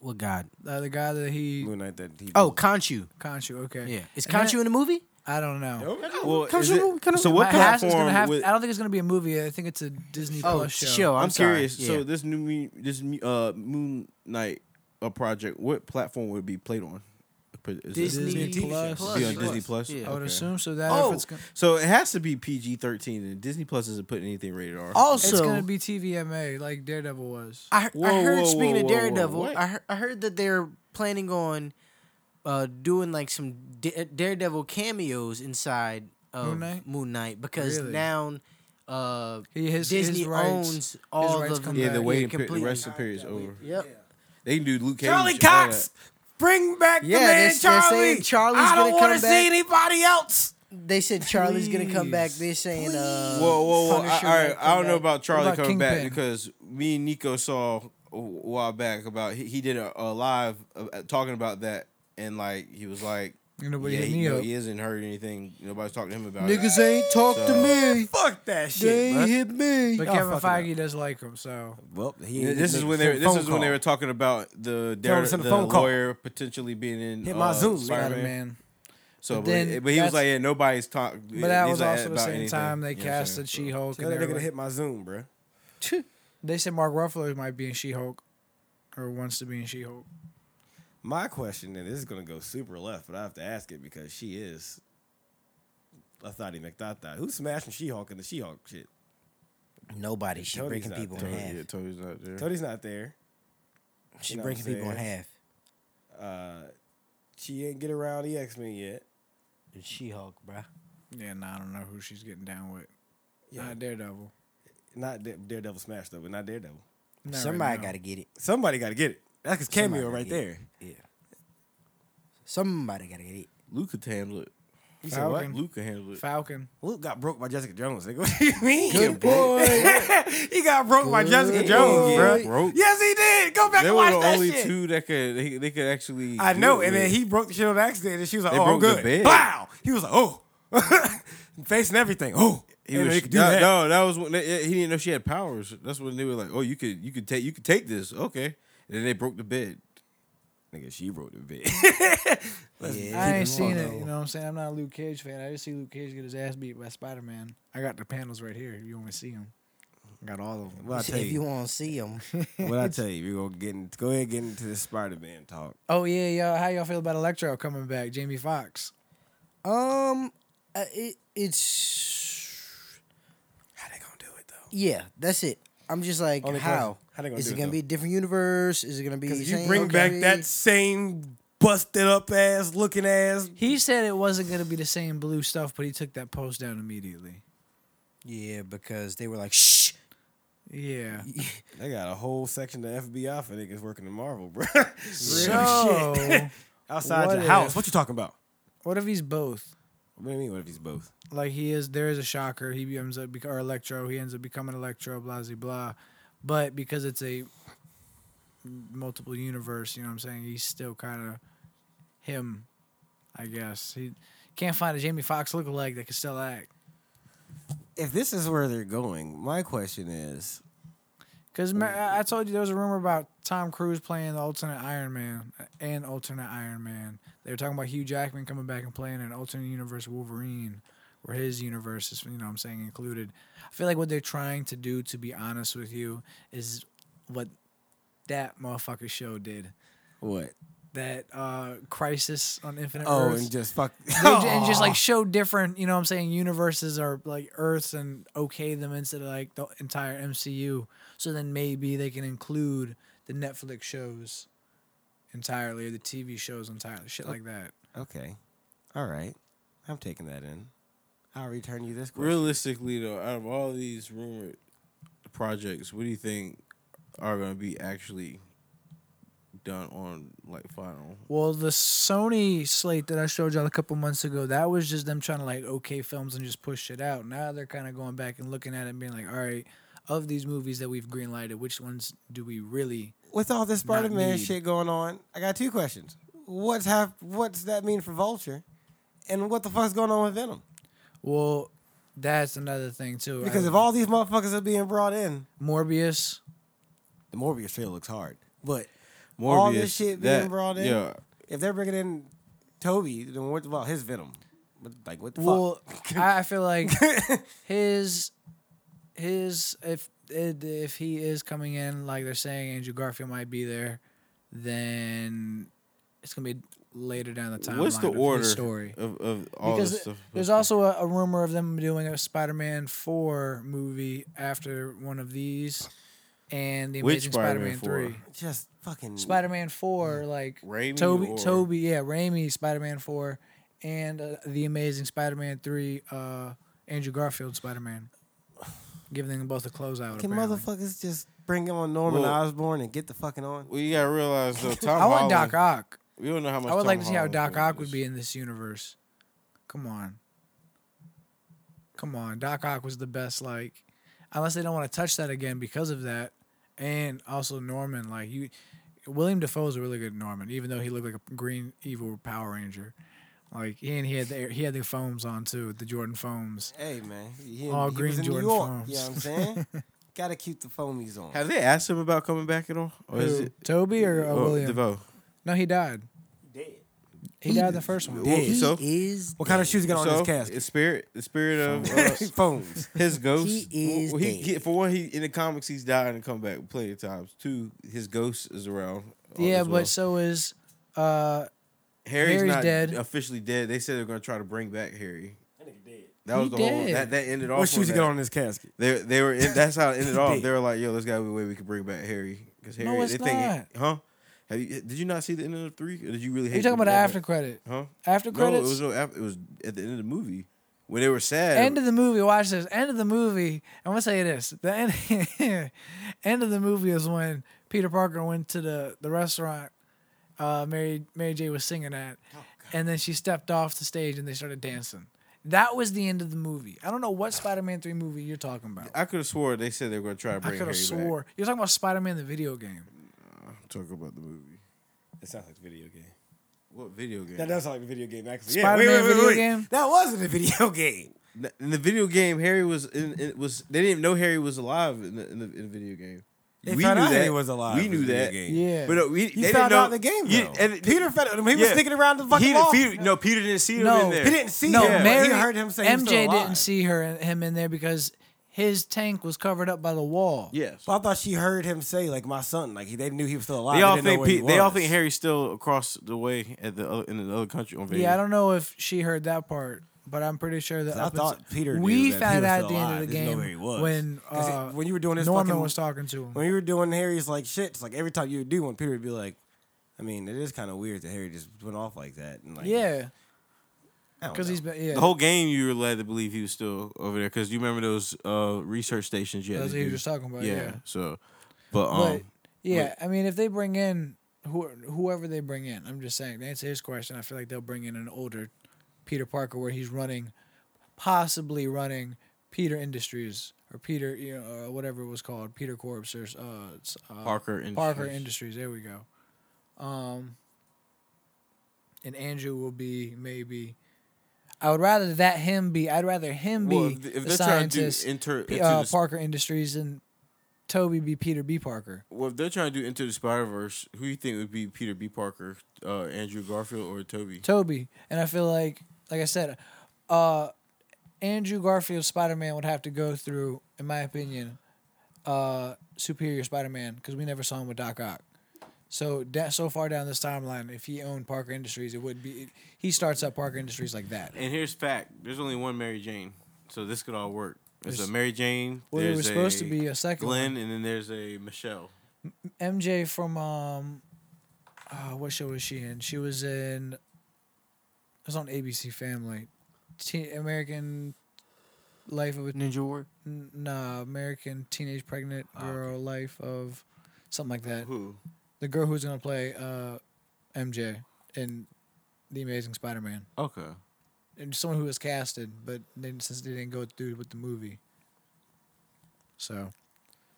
What God? Uh, the guy that he Moon Knight that he Oh, Conchu. Conchu. Okay. Yeah. Is And then- Conchu in the movie? I don't know. well, Comes is it- from- comes so from- what It has- it's platform? gonna have- with- I don't think it's gonna be a movie. I think it's a Disney Oh, Plus it's show. a show. I'm, I'm, curious. Sorry. So Yeah. this new me- this mu- uh, Moon Knight uh, project, what platform would it be played on? Is it- Disney Plus. Be on Disney Plus? Yeah. I would Okay. assume so. That Oh, if it's, gonna, So it has to be PG thirteen, and Disney Plus isn't putting anything rated R. Also, it's gonna be TVMA like Daredevil was. I, I Whoa, heard whoa, speaking whoa, whoa, of whoa, Daredevil, what? I, heard, I heard that they're planning on uh, doing like some Da- Daredevil cameos inside of Moon Moon Knight? Knight, because Really? now uh, He- his- his Disney rights- owns his all rights of come them. back. yeah, the waiting peri- the completely. resting period's over. Yep. They can do Luke Cage. Charlie all Cox, that. bring back Yeah, the man they- they're Charlie. saying Charlie's I don't gonna wanna come see back. anybody else. They said Charlie's gonna come back. Please. They're saying, uh, Whoa, whoa, whoa! I, Punisher all right, might come I don't know back. about Charlie about coming back Kingpin? because me and Nico saw a while back about he, he did a, a live uh, uh, talking about that, and like he was like, And nobody yeah, hit he, me no, up. he hasn't heard anything. Nobody's talking to him about it. Niggas ain't talk to to me. Fuck that shit. bruh. hit me. But Y'all Kevin fucking Feige does like him, so Well, he ain't This getting is a when they were- this phone is when they call. were talking about the Tell him to Dare, send a the phone call. lawyer potentially being in Hit my uh, Zoom, nigga. Spider Spider-Man. Man. So, But but, then but he was that's- like, yeah, nobody's talking. But that was also the same time they casted She Hulk. Tell that nigga to hit my Zoom, bro. They said Mark Ruffalo might be in She Hulk, or wants to be in She Hulk. My question, and this is gonna go super left, but I have to ask it because she is. I thought he McDotta. Who's smashing She-Hulk in the She-Hulk shit? nobody. She's Tony's breaking not people in there. half. Yeah, Tony's not there. Tony's not there. She's You know what breaking I'm people in saying? half. Uh, she ain't get around the X-Men yet. She Hulk, bruh. Yeah, nah, I don't know who she's getting down with. Yeah. Not Daredevil. Not Da- Daredevil Smash though, but not Daredevil. Not right Somebody now. got to get it. Somebody got to get it. That's his cameo Somebody right gotta there. Yeah. Somebody got to get it. Luca could handle it. You said what? Falcon. Luke could handle it. Falcon. Luke got broke by Jessica Jones. Nigga, what do you mean? boy. he got broke by Jessica Good Jones, boy. bro. Broke. Yes, he did. Go back They and were watch the that only shit. two that could they, they could actually. I do know. it And then with. he broke the shit on accident, and she was like, They "Oh, I'm broke the good." bed. Wow. He was like, "Oh, facing everything." Oh, He And was, he could do no, that. no, that was when they, he didn't know she had powers. That's when they were like, "Oh, you could, you could take, you could take this." Okay, and then they broke the bed. Nigga, she broke the bed. I ain't Keep seen on, it. though. You know what I'm saying? I'm not a Luke Cage fan. I just see Luke Cage get his ass beat by Spider Man. I got the panels right here. If you want to see them, I got all of them. What I tell If you, you want to see them, what I tell you, we're gonna get in, go ahead and get into this Spider Man talk. Oh yeah, y'all. How y'all feel about Electro coming back? Jamie Foxx. um, uh, it, it's How they gonna do it though? yeah, that's it. I'm just like, Only question, how? how they gonna Is do it it, gonna though? be a different universe? Is it gonna be? Because you same- bring back okay. that same busted up ass looking ass. He said it wasn't gonna be the same blue stuff, but he took that post down immediately. Yeah, because they were like, shh. Yeah. They got a whole section of FBI for niggas working in Marvel, bro. So Outside What your house. if- What you talking about? what if he's both? What do you mean? What if he's both? Like he is. There is a shocker. He ends up bec- or Electro. He ends up becoming Electro. Blah blah blah. But because it's a multiple universe, you know what I'm saying. He's still kind of him, I guess. He can't find a Jamie Foxx lookalike that can still act. If this is where they're going, my question is, Because I I told you there was a rumor about Tom Cruise playing the alternate Iron Man and alternate Iron Man. They were talking about Hugh Jackman coming back and playing an alternate universe Wolverine, where his universe is, you know, what I'm saying included. I feel like what they're trying to do, to be honest with you, is what that motherfucker show did. what? that uh, Crisis on Infinite Oh, Earths. and just fuck. They ju- and just like show different, you know what I'm saying, universes or like Earths and okay them into like the entire MCU. So then maybe they can include the Netflix shows entirely or the TV shows entirely, shit like that. okay, all right, I'm taking that in. I'll return you this question. Realistically, though, out of all these rumored projects, what do you think are going to be actually done on like final? Well, the Sony slate that I showed y'all a couple months ago, that was just them trying to like okay films and just push it out. Now they're kind of going back and looking at it and being like, all right, of these movies that we've greenlighted, which ones do we really? With all this Not Spider Man need. shit going on, I got two questions. What's hap- What's that mean for Vulture? And what the fuck's going on with Venom? Well, that's another thing too. Because I- if all these motherfuckers are being brought in, Morbius, the Morbius trailer looks hard. But Morbius, all this shit being that- brought in, Yeah, if they're bringing in Toby, then what about his Venom? What- Like what the Well, fuck? I I feel like his his if if he is coming in like they're saying Andrew Garfield might be there, then it's gonna be later down the timeline. what's the of his order story? of of all this Because stuff? there's also a, a rumor of them doing a Spider-Man four movie after one of these, and the Which Amazing Spider-Man Spider-Man, three. 4? Just fucking Spider-Man Four, like Mm. Raimi Toby, or- Toby, yeah, Raimi, Spider-Man Four, and uh, the Amazing Spider-Man Three, uh, Andrew Garfield Spider-Man, giving them both a closeout. Can apparently. motherfuckers just bring him on Norman Well- Osborn and get the fucking on? well, you gotta realize though, Tom I want Holland- Doc Ock. We don't know how much. I would Tom like to see how Holland's Doc doing Ock this. would be in this universe. Come on, come on, Doc Ock was the best. Like, unless they don't want to touch that again because of that, and also Norman, like you. William Defoe is a really good Norman, even though he looked like a green evil Power Ranger. Like and he had the he had the foams on too, the Jordan foams. Hey man, he, he All was green in Jordan New York. foams. You know what I'm saying? Gotta keep the foamies on. Have they asked him about coming back at all, or is Who, it Toby or uh, oh, William? DeVoe? No, he died. He died in the first one. Dead. He So- is. What kind of dead. shoes got on so, his casket? it's spirit, the spirit of uh, Phones. his ghost. He is well, he, dead. he- for one, he in the comics he's died and come back plenty of times. Two, his ghost is around. uh, Yeah, as but well. so is uh Harry's, Harry's not dead. officially dead. They said they're gonna try to bring back Harry. That was He the whole dead. that, that ended off. What shoes on he got that. on his casket? They they were in, that's how it ended off. dead. They were like, "Yo, there's got to be a way we could bring back Harry because Harry." No, it's they think, not. huh? Have you did you not see the end of the three? Or did you really? are hate you talking the- about the after credit? Huh? After No, it credits? was no after, it was at the end of the movie when they were sad. end of the movie. Watch this. End of the movie. I'm gonna say this. The end. end of the movie is when Peter Parker went to the the restaurant. Uh, Mary Mary J was singing at, and then she stepped off the stage and they started dancing. That was the end of the movie. I don't know what Spider-Man three movie you're talking about. I could have swore they said they were going to try to I bring could Harry have swore you're talking about Spider-Man the video game. back. Talk about the movie. It sounds like a video game. What video game? That does sound like a video game, actually. Spider-Man video game? That wasn't a video game. in the video game, Harry was in. It was they didn't even know Harry was alive in the, in the, in the video game. They found out Harry was alive We in the knew video that. game. Yeah. but uh, we You they found didn't know, out in the game, though. Yeah, and- Peter found out. He was yeah. snicking around the fucking He didn't- wall. Peter- no, Peter didn't see him No, in there. He didn't see No, him. Mary. he heard him say he was still MJ alive. didn't see her him in there because his tank was covered up by the wall. Yes. But I thought she heard him say, like, my son. Like, he- they knew he was still alive. They all didn't know think where he Pete, they all was. think Harry's still across the way at the other, in another country on vacation. Yeah, I don't know if she heard that part, but I'm pretty sure that I up thought until- Peter knew We that he found was out still at the end alive. of the He didn't game know where he was. when 'Cause it- uh, when you were doing this Norman fucking- was talking to him. when you were doing Harry's like shits, like every time you would do one, Peter would be like, I mean, it is kind of weird that Harry just went off like that. And like, Yeah, because because he's been yeah. The whole game, you were led to believe he was still over there because you remember those uh, research stations. Yeah, That's what he was just talking about, yeah. So, but um, but yeah, I mean, if they bring in who whoever they bring in, I'm just saying to answer his question, I feel like they'll bring in an older Peter Parker where he's running, possibly running Peter Industries or Peter you know or whatever it was called Peter Corpse or uh, s- uh, Parker Industries. Parker Industries. There we go. Um, and Andrew will be maybe. I would rather that him be. I'd rather him be Well, if, if the they're trying to scientist, do inter, P- into uh, the, Parker Industries, and Toby be Peter B. Parker. well, if they're trying to do into the Spider Verse, who you think would be Peter B. Parker, uh, Andrew Garfield, or Toby? Toby, and I feel like, like I said, uh, Andrew Garfield's Spider Man would have to go through, in my opinion, uh, Superior Spider Man because we never saw him with Doc Ock. So that so far down this timeline, if he owned Parker Industries, it would be he starts up Parker Industries like that. And here's fact: there's only one Mary Jane, so this could all work. There's, There's- a Mary Jane. Well, there there's was supposed to a be a second Glenn, and then there's a Michelle. MJ from um, uh, what show was she in? She was in. It was on ABC Family, Teen, American Life of a Ninja Ward. n- nah, American Teenage Pregnant Girl Life of something like that. Who? The girl who's gonna play uh, MJ in the Amazing Spider-Man, Okay. and someone who was casted, but then since they didn't go through with the movie, so.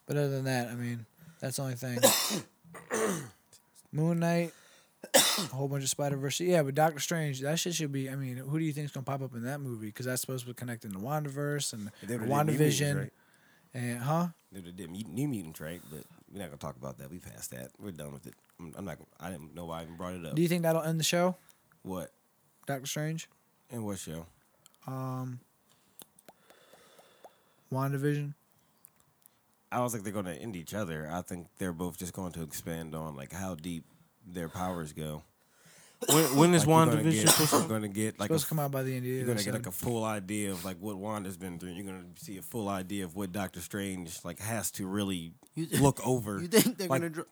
But other than that, I mean, that's the only thing. Moon Knight, a whole bunch of Spider Verse. Yeah, but Doctor Strange, that shit should be. I mean, who do you think's gonna pop up in that movie? Because that's supposed to connect into Wandaverse and They would've did New Mutants, WandaVision, right? and huh? They would've did Mut- New Mutants, right? But we're not gonna talk about that. We passed that. We're done with it. I'm, I'm not. gonna- I didn't know why I even brought it up. Do you think that'll end the show, what? Doctor Strange? And what show? Um, WandaVision. I don't think they're going to end each other. I think they're both just going to expand on like how deep their powers go. When, when is like, WandaVision supposed to? You're going to get like a, supposed to come out by the end of the year. you're going to get like a full idea of like what Wanda's been through. You're going to see a full idea of what Doctor Strange like has to really You- look over. You think they're Like, gonna drop?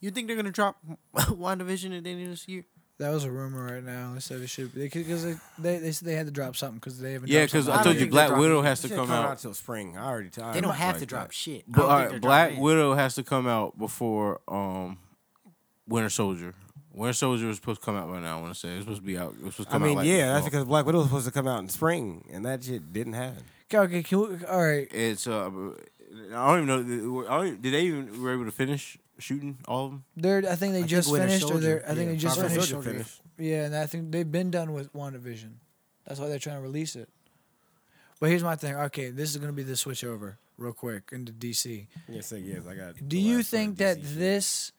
you think they're gonna drop WandaVision at the end of this year? that was a rumor right now. They said it should be because they, they they said they had to drop something because they haven't. Yeah, dropped because something. I I told don't you think Black they're Widow dropping- has to Shit come out. till spring. I already. I They don't already have like to drop that. shit. I But all don't think right, they're Black dropping it. Widow has to come out before um, Winter Soldier. Winter Soldier was supposed to come out by now. I want to say it was supposed to be out. It was supposed to I come mean, out. like, yeah, this that's fall. because Black Widow was supposed to come out in spring, and that shit didn't happen. okay, can we, all right. it's. Uh, I don't even know. I don't, even- did they even were able to finish shooting all of them? They're I think they think just Winter finished, or Soldier. they're I think Yeah, they just Winter finished. Soldier finished. Yeah, and I think they've been done with WandaVision. That's why they're trying to release it. But here's my thing. Okay, this is gonna be the switch over real quick into DC. Yes, I- yes, I got. Do the you last part of think that DC shit. this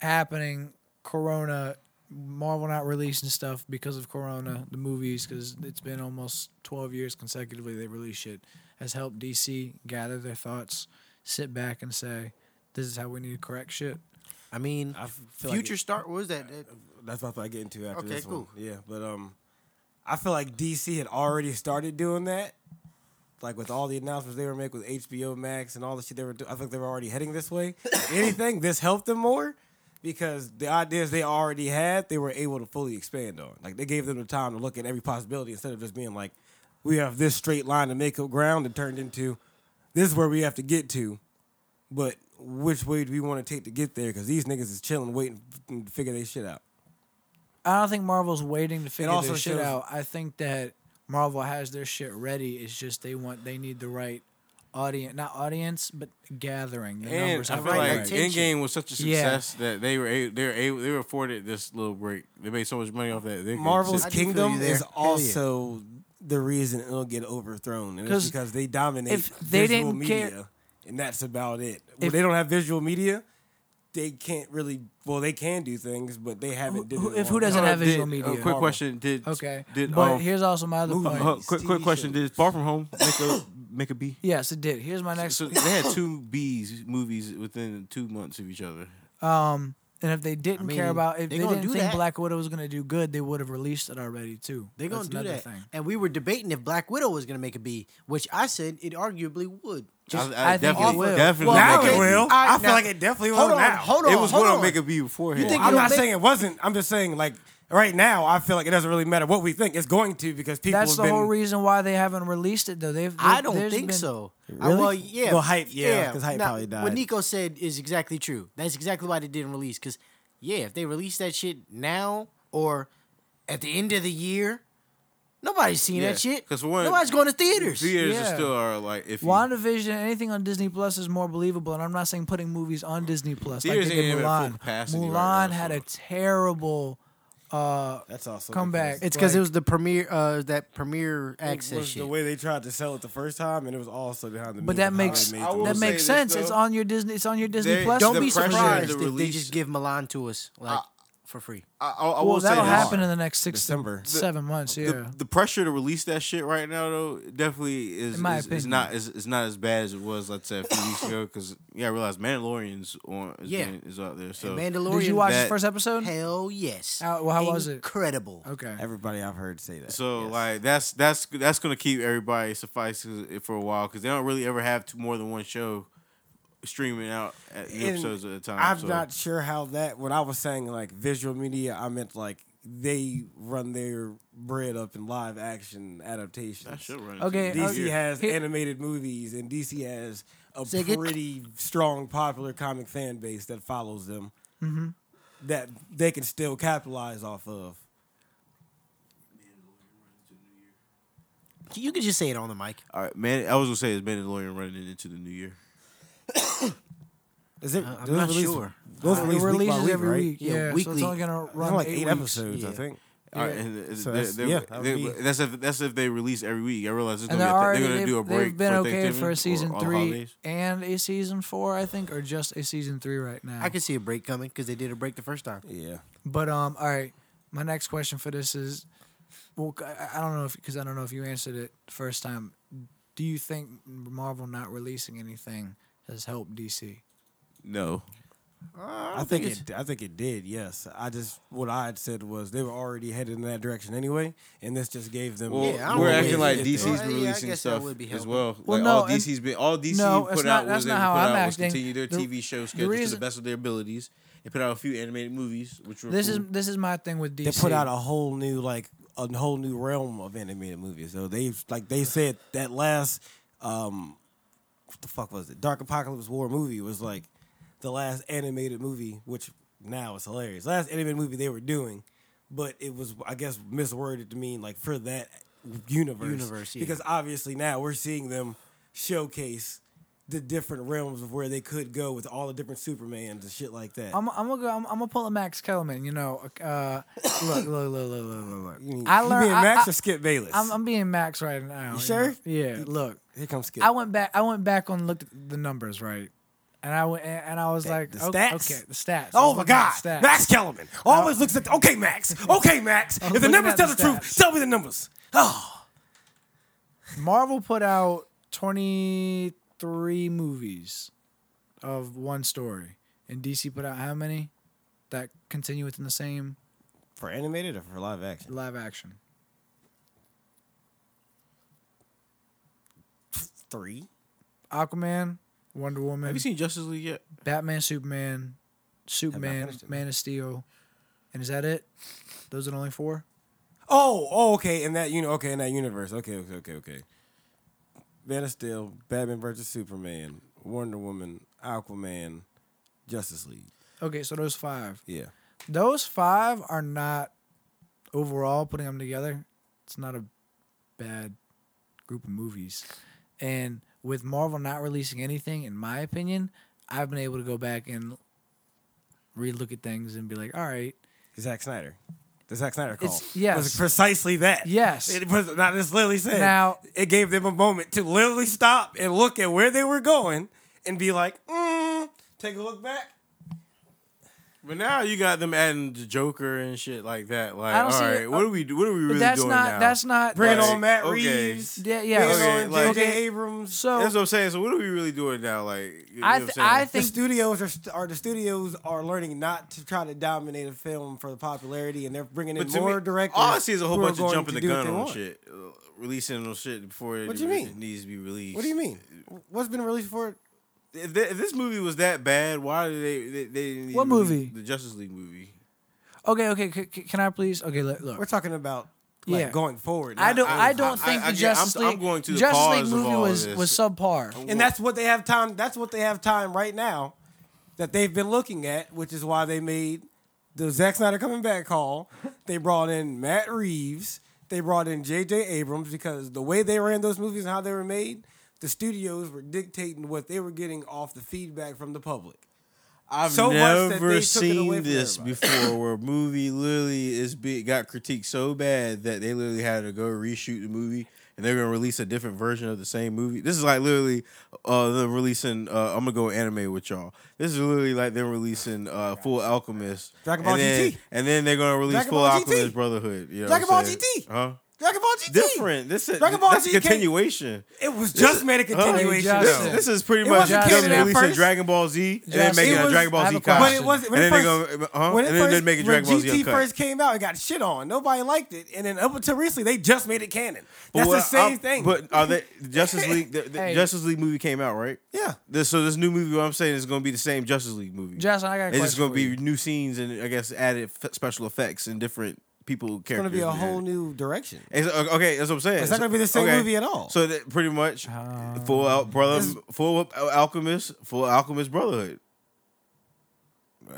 happening, Corona, Marvel not releasing stuff because of Corona, the movies, because it's been almost 12 years consecutively they release shit, has helped DC gather their thoughts, sit back and say, this is how we need to correct shit? I mean, I f- feel like future it- Uh, star. What was that? That- That's what I thought I get into after Okay, this one. cool. Yeah, but um, I feel like DC had already started doing that, like with all the announcements they were making with HBO Max and all the shit they were doing. I think they were already heading this way. If Anything this helped them more because the ideas they already had, they were able to fully expand on. Like they gave them the time to look at every possibility instead of just being like, we have this straight line to make up ground. It turned into this is where we have to get to but which way do we want to take to get there? Because these niggas is chilling, waiting to figure their shit out. I don't think Marvel's waiting to figure also their shit shows- out. I think that Marvel has their shit ready. It's just they want they need the right audience, not audience, but gathering. The And numbers I have feel to be like right. Endgame was such a Yeah. success that they were a- they were able, they were afforded this little break. They made so much money off that. They could Marvel's sit- I do feel you Kingdom there. is Hell yeah. also the reason it'll get overthrown, and it's 'Cause because they dominate if they visual didn't media, care- and that's about it. When If- they don't have visual media, they can't really. Well, they can do things, but they haven't. did who- it if in a who long doesn't time. have Did- visual uh, media? quick Marvel. question: Did Okay, Did but um, here's also my other point. uh, quick, quick TV question: shows. Did Far From Home make a make a B? Yes, it did. Here's my next. So they had two B's movies within two months of each other. Um, and if they didn't care mean, about, if they they, gonna didn't do think that. Black Widow was gonna do good, they would have released it already too. They're gonna That's do another that. thing. And we were debating if Black Widow was gonna make a B, which I said it arguably would. Just- I, I, I think definitely, it will. definitely Well, Now make a it B. will. I- I, feel now- like it definitely will hold on, now. hold on, It was hold going to on. make a B beforehand. think I'm I- it'll not make- saying it wasn't. I'm just saying like right now, I feel like it doesn't really matter what we think. It's going to because people. That's have the been, whole reason why they haven't released it though. They've. I they- don't there's think been- so. I- Really? well, yeah. Well, Hype, yeah, 'cause Hype Now, probably What died. Nico said is exactly true. That's exactly why they didn't release. Because, yeah, if they release that shit now or at the end of the year, nobody's seen Yeah, that shit. 'cause for one- nobody's going to theaters. Theaters are Yeah. still are like if WandaVision, anything on Disney Plus is more believable, and I'm not saying putting movies on Disney Plus Theaters like they did ain't even at full Mulan. capacity right Mulan now, had so. a terrible uh, That's also comeback. because It's because Like, it was the premiere, uh, that premiere access was shit. the way they tried to sell it the first time, and it was also behind the. But means that of how they makes made I the will that movie. say makes this, sense. it's though. on your Disney. It's on your Disney There- Plus. Don't Don't the be pressure to surprised if they release- just give Milan to us. Like, for free. I, I, I Well, will say that'll this. happen in the next six December. to seven months. Yeah, The, the pressure to release that shit right now though definitely is In my is, is opinion. not is, is not as bad as it was let's say a few weeks ago because yeah I realize Mandalorian's on is, Yeah. being- is out there so Mandalorian. did you watch the that- first episode? Hell yes. How- well, how was it? Incredible. Okay, Everybody I've heard say that. So Yes. like that's that's that's gonna keep everybody suffice for a while because they don't really ever have two, more than one show streaming out at new And episodes at a time. I'm so. not sure how that. When I was saying like visual media, I meant like they run their bread up in live action adaptations. That should run. Okay, into the DC year. has Here- animated movies, and DC has a Say again? pretty strong, popular comic fan base that follows them. That they can still capitalize off of. You could just say it on the mic. All right, man. I was gonna say is Mandalorian running into the new year. Is it? Uh, I'm those not release- sure. Those Uh, it release week by releases week, every right? week. Yeah, Yeah, so it's weekly. only gonna I run think like eight, eight, weeks. episodes, I yeah. think. All right, So and they're- that's- they're- yeah, that would they're- be- that's if that's if they release every week. I realize it's And they're gonna be a th- already they're gonna they've, do a break. they've been for okay for a Thanksgiving season or- or the three holidays. and a season four, I think, or just a season three right now. I could see a break coming because they did a break the first time. Yeah. But um, all right. My next question for this is, well, I I don't know if because I don't know if you answered it the first time. Do you think Marvel not releasing anything has helped DC? No, Ah. I, think, it. I think it did. Yes. I just what I had said was they were already headed in that direction anyway, and this just gave them. well, Yeah, I don't we're know acting what like it DC's is. Well, been yeah, I releasing guess that stuff would be as helping. well. Well, like no, all and- DC's been all DC No, it's put not- out that's was they not put how I'm out was acting. continue their The- TV show the schedules to reason- the best of their abilities and put out a few animated movies, which were This cool. is this is my thing with DC. they put out a whole new like a whole new realm of animated movies. So they like they said that last um what the fuck was it? Dark Apocalypse War movie was like the last animated movie, which now is hilarious. Last animated movie they were doing, but it was I guess misworded to mean like for that universe. Universe, yeah. Because obviously now we're seeing them showcase the different realms of where they could go with all the different Supermans and shit like that. I'm, I'm gonna go, I'm, I'm gonna pull a Max Kellerman. You know, uh, look, look, look, look, look, look, look. you mean, I you learned- being I- Max I- or Skip Bayless? I'm, I'm being Max right now. Oh, know. sure? Yeah. Look, Here comes Skip. I went back. I went back and looked at the numbers, right? And I went and and I was like, the okay, stats? okay, the stats. I Oh was my looking at God! the stats. Max Kellerman always looks at. Okay, Max. Okay, Max. I'm If the looking numbers at tell the, the truth, stats. tell me the numbers. Oh, Marvel put out 23 movies of one story, and DC put out how many that continue within the same for animated or for live action? live action? Three. Aquaman, Wonder Woman, Have you seen Justice League yet? Batman, Superman, Superman, finished it, Man of Steel, and is that it? Those are the only four. Oh, oh, okay. In that uni- okay, in that universe. Okay, okay, okay, okay. Man of Steel, Batman versus Superman, Wonder Woman, Aquaman, Justice League. Okay, so those five. Yeah. Those five are not overall putting them together. It's not a bad group of movies. And with Marvel not releasing anything, in my opinion, I've been able to go back and relook at things and be like, all right, Zack Snyder. The Zack Snyder call. It's- yes. was precisely that. Yes. It was not as Lily said. Now- it gave them a moment to literally stop and look at where they were going and be like, mm, take a look back. But now you got them adding the Joker and shit like that. Like, I don't all see- right, what are we? What are we but really that's doing not now? that's not Bring that's- on Matt okay. Reeves. Yeah, Bring yeah. Okay, on like- J.J. okay. Abrams. So That's what I'm saying. So what are we really doing now? Like, you know I what th- I'm saying? I the think studios are, st- are the studios are learning not to try to dominate a film for the popularity, and they're bringing in to more me, directors. All I see is a whole who are bunch of going jumping to the do what gun they on want. shit, uh, releasing little shit before it What do you re- mean? needs to be released. What do you mean? What's been released for it? If, th- if this movie was that bad, why did they they, they didn't What release movie? The Justice League movie. okay, okay. c- c- can I please? Okay, look. look. We're talking about like, Yeah. going forward. I not- don't. I, I- don't think I the get- I'm- Justice I'm League. going to the Justice cause League of movie all was this. was subpar. and that's what they have time. That's what they have time right now that they've been looking at, which is why they made the Zack Snyder coming back call. They brought in Matt Reeves. They brought in J.J. Abrams because the way they ran those movies and how they were made, the studios were dictating what they were getting off the feedback from the public. I've so much that they took never it away seen from this everybody. before, where a movie literally is be, got critiqued so bad that they literally had to go reshoot the movie, and they're gonna release a different version of the same movie. This is like literally uh, them releasing. Uh, I'm gonna go anime with y'all. This is literally like them releasing uh, Full Alchemist, Dragon Ball and then, GT. and then they're gonna release Dragon Full Ball GT. Alchemist Brotherhood. You know Dragon what Ball I'm saying? GT. huh? Dragon Ball GT. Different. This is Dragon Ball that's a GT. continuation. It was just made a continuation. Hey, This, Justin. though. this is pretty It much wasn't them canon at releasing first. Dragon Ball Z and then Justin, making it a was- Dragon I Ball have Z a question. But costume. it wasn't. And When, then it they first, gonna, uh, huh? when, it and first, then they make a when Dragon Ball Z GT uncut. first came out, it got shit on. Nobody liked it, and then up until recently, they just made it canon. But That's what the same I'm- thing. But are they Justice League? The, the Hey. Justice League movie came out, right? yeah, This, so this new movie, what I'm saying is going to be the same Justice League movie. Justin, I got a it's just question going for to be you. new scenes and I guess added f- special effects and different people it's gonna characters. be a and whole everything. new direction. It's- o- okay, that's what I'm saying. It's not gonna be the same movie at all. So that pretty much, Ah. full out brother, full Al- alchemist, full alchemist brotherhood.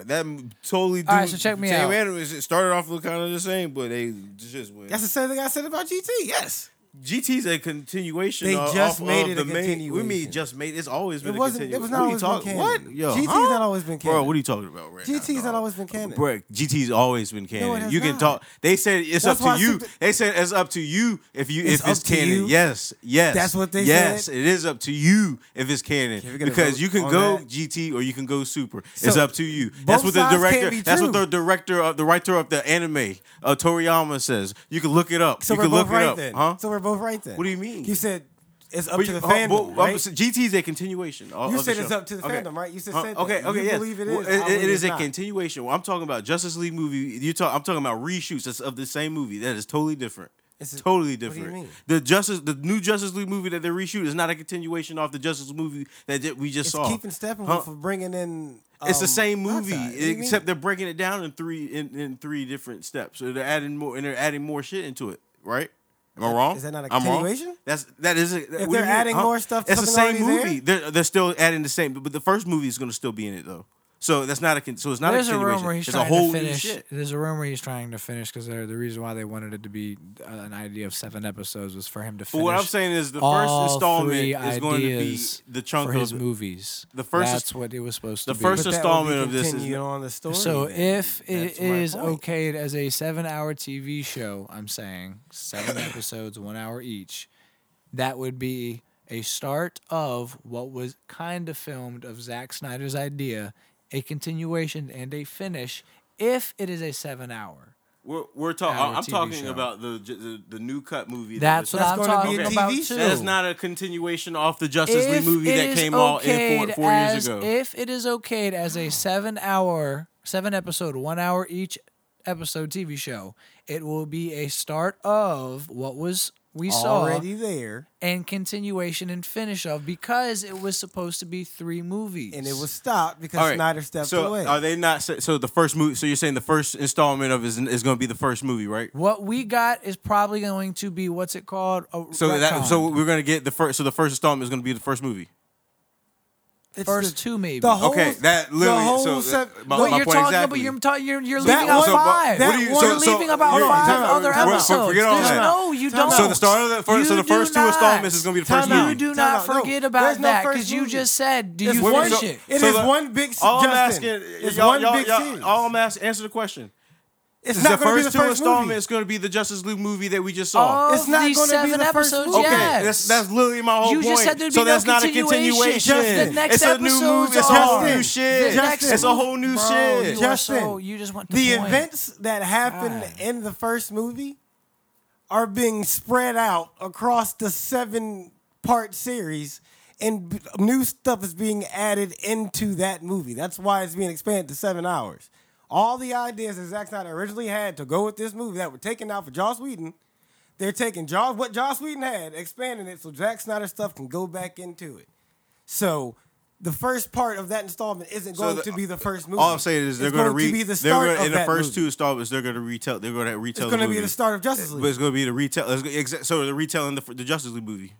That m- totally. Do, All right, so check me same out. anime. It started off look kind of the same, but they just went. That's the same thing I said about GT. Yes, GT's a continuation. They of- just off made of it the a main. We mean continuation. just made. It's always been. It a wasn't- continu- it was What not are you always been talking- canon. What? Yo, GT's huh? not always been Bro, canon. what are you talking about right now? GT's not dog? always been canon. Bro, GT's always been canon. it has you can not. talk. They said it's That's why up I to you. said- they said it's up to you if you It's if it's up to canon. you? Yes, yes. That's what they yes, said? Yes, it is up to you if it's canon Can we get a because vote you can on go that? GT or you can go Super. it's So, up to you. That's both what the sides can't director. be That's what true. the director of the writer of the anime, uh, Toriyama says. You can look it up. So you we're can both look right it up, then. huh? So we're both right then. What do you mean? You said it's up But to you- the huh, fandom. well, um, right? so GT is a continuation. of- You of said the it's show. up to the Okay. fandom, right? You said Huh, said okay, that. okay, You yes. believe it Well, is, I it believe is it's a not. continuation. Well, I'm talking about Justice League movie. You talk. I'm talking about reshoots that's of the same movie. That is totally different. It's a- totally do you different. mean? The Justice, the new Justice League movie that they reshoot is not a continuation off the Justice movie that ju- we just It's saw. keeping Steppenwolf Huh? for bringing in. It's the um, same movie, Buckeye. What do you mean? except they're breaking it down in three in, in three different steps. So they're adding more and they're adding more shit into it, right? Am I wrong? is that not a I'm wrong? continuation? That's that is. A, what do you they're mean? adding Huh? more stuff to it's the something same already movie. They're, they're still adding the same, but, but the first movie is going to still be in it though. So that's not a con- so it's not There's a a continuation. rumor he's it's a trying whole to new finish. shit. There's a rumor he's trying to finish because the reason why they wanted it to be uh, an idea of seven episodes was for him to But finish. what I'm saying is the first all installment three is going to be ideas the chunk for his of the, movies. the first- That's what it was supposed the to be. But first that would be installment of this is- continuing on the story. So then. if it That's my is point. okayed as a seven-hour TV show, I'm saying seven episodes, one hour each, that would be a start of what was kind of filmed of Zack Snyder's idea, a continuation and a finish. If it is a seven-hour, we're, we're talking. Our I'm TV talking show. about the, j- the the new cut movie. that's what I'm that was- That's gonna talking be a about TV too. show. That is not a continuation off the Justice League If movie it that is came out in okayed four, four as- years ago. If it is okayed as a seven hour, seven episode, one hour each episode TV show, it will be a start of what was we already saw there, and continuation and finish of because it was supposed to be three movies. and it was stopped because All right. Snyder stepped so away. Are they not? So so the first movie. So you're saying the first installment of is is going to be the first movie, right? what we got is probably going to be what's it called? A So that retcon. so we're going to get the first. So the first installment is going to be the first movie. It's first the- two maybe. The whole, Okay, that literally- The whole so, uh, sep- my- what my you're point talking exactly. about? You're, ta- you're, you're That leaving out one- five. that What do you- you're so- so- leaving about you're- five time out, other time out. episodes. Forget all There's that. no, you Time don't. out. So the start of the first. so You the first do two not. installments is going to be the first Time You movie. out. do Time not out. No, forget there's about no that first because you movie. just said, "Do It's you one finish shit. it?" It So is the- one big s- All I'm Justin, asking, it's y'all, one y'all, big y'all, series. all I'm asking, answer the question. it's Is not the going to be first the two first installment movie. is going to be the Justice League movie that we just saw. Of It's not the gonna be seven the first episodes. movie. Okay, yes. that's that's literally my whole You point. just said there'd so be no that's not a continuation. continuation. Justin, The next it's a new episodes movie. It's a are- whole new shit. The next it's a whole new Bro, shit. Oh, You are Justin, so, you just went the, The point. events that happened God. in the first movie are being spread out across the seven part series, and b- new stuff is being added into that movie. That's why it's being expanded to seven hours. All the ideas that Zack Snyder originally had to go with this movie that were taken out for Joss Whedon, they're taking Joss, what Joss Whedon had, expanding it so Zack Snyder stuff can go back into it. So the first part of that installment isn't going the- to be the first movie. All I'm saying is they're It's going to be re. the they're start gonna, of in the that first movie. two installments, they're going to retell. They're going to retell. It's going the to be movie. the start of Justice League. But it's going to be the retell. it's gonna- exa- So they're retelling the, the Justice League movie.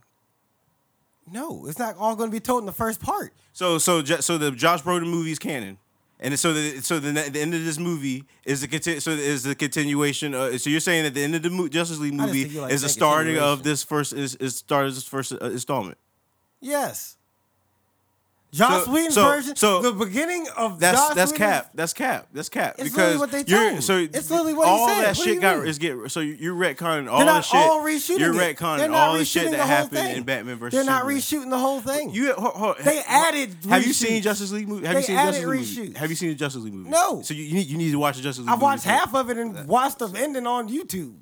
no, it's not all going to be told in the first part. So so ju- so the Josh Brolin movie is canon, and so the so the, the end of this movie is the conti- so is the continuation. Uh, so you're saying that the end of the mo- Justice League just movie think you like is the saying starting of continuation. this first is is start of this first uh, installment. Yes. Joss So- Whedon's so- version. so- the beginning of That's Joss that's Whedon's- cap. That's cap. That's cap. It's because literally what they you're- told. So It's literally what he all said. that What do shit you got mean? is get. So you- you're retconning all They're the not shit. all reshooting. You're it. retconning They're not all the shit reshooting that whole happened thing. in Batman versus. They're not Superman. reshooting the whole thing. You hold, hold, They added Have you seen reshoots. Justice League movie? Have you They seen added Justice League movie? reshoots. Have you seen the Justice League movie? No. So you, you need you need to watch the Justice League. I've watched movie half of it and watched the ending on YouTube.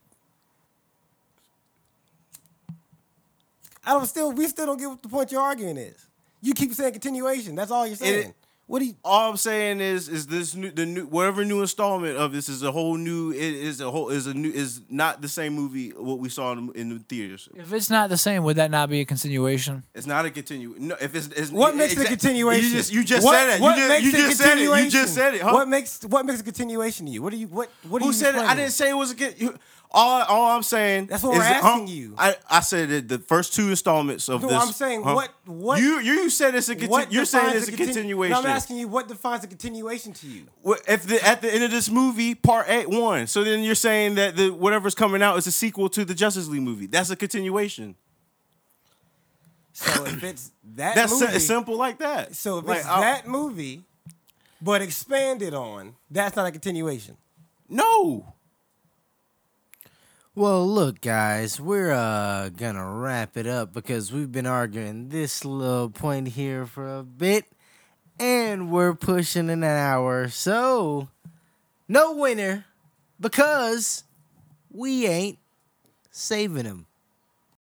I don't still. We still don't get what the point you're arguing is. You keep saying continuation. That's all you're saying. what do you? All I'm saying is, is this new the new whatever new installment of this is a whole new it is a whole is a new is not the same movie what we saw in, in the theaters. If it's not the same, would that not be a continuation? It's not a continue. No, if it's, it's What makes exact- a continuation? You just you just What- said it. What you just, makes you a just said it. You continuation? just said it. Huh? What makes what makes a continuation to you? What do you? What what? do Who you said it? I explain? didn't say it was a good. you- All, all I'm saying. That's what is we're that- asking huh? you. I, I said that the first two installments of No, this. I'm saying huh? what- what- you you said it's a conti- What you're saying defines it's a contin- continuation. No, I'm asking you what defines a continuation to you. Well, if the, at the end of this movie, part eight one, so then you're saying that the whatever's coming out is a sequel to the Justice League movie. That's a continuation. So if it's that That's si- movie, simple like that. so if Like, uh, it's I'll- that movie, but expanded on, that's not a continuation. no. Well, look, guys, we're uh, gonna wrap it up because we've been arguing this little point here for a bit, and we're pushing an hour. So, no winner because we ain't saving him.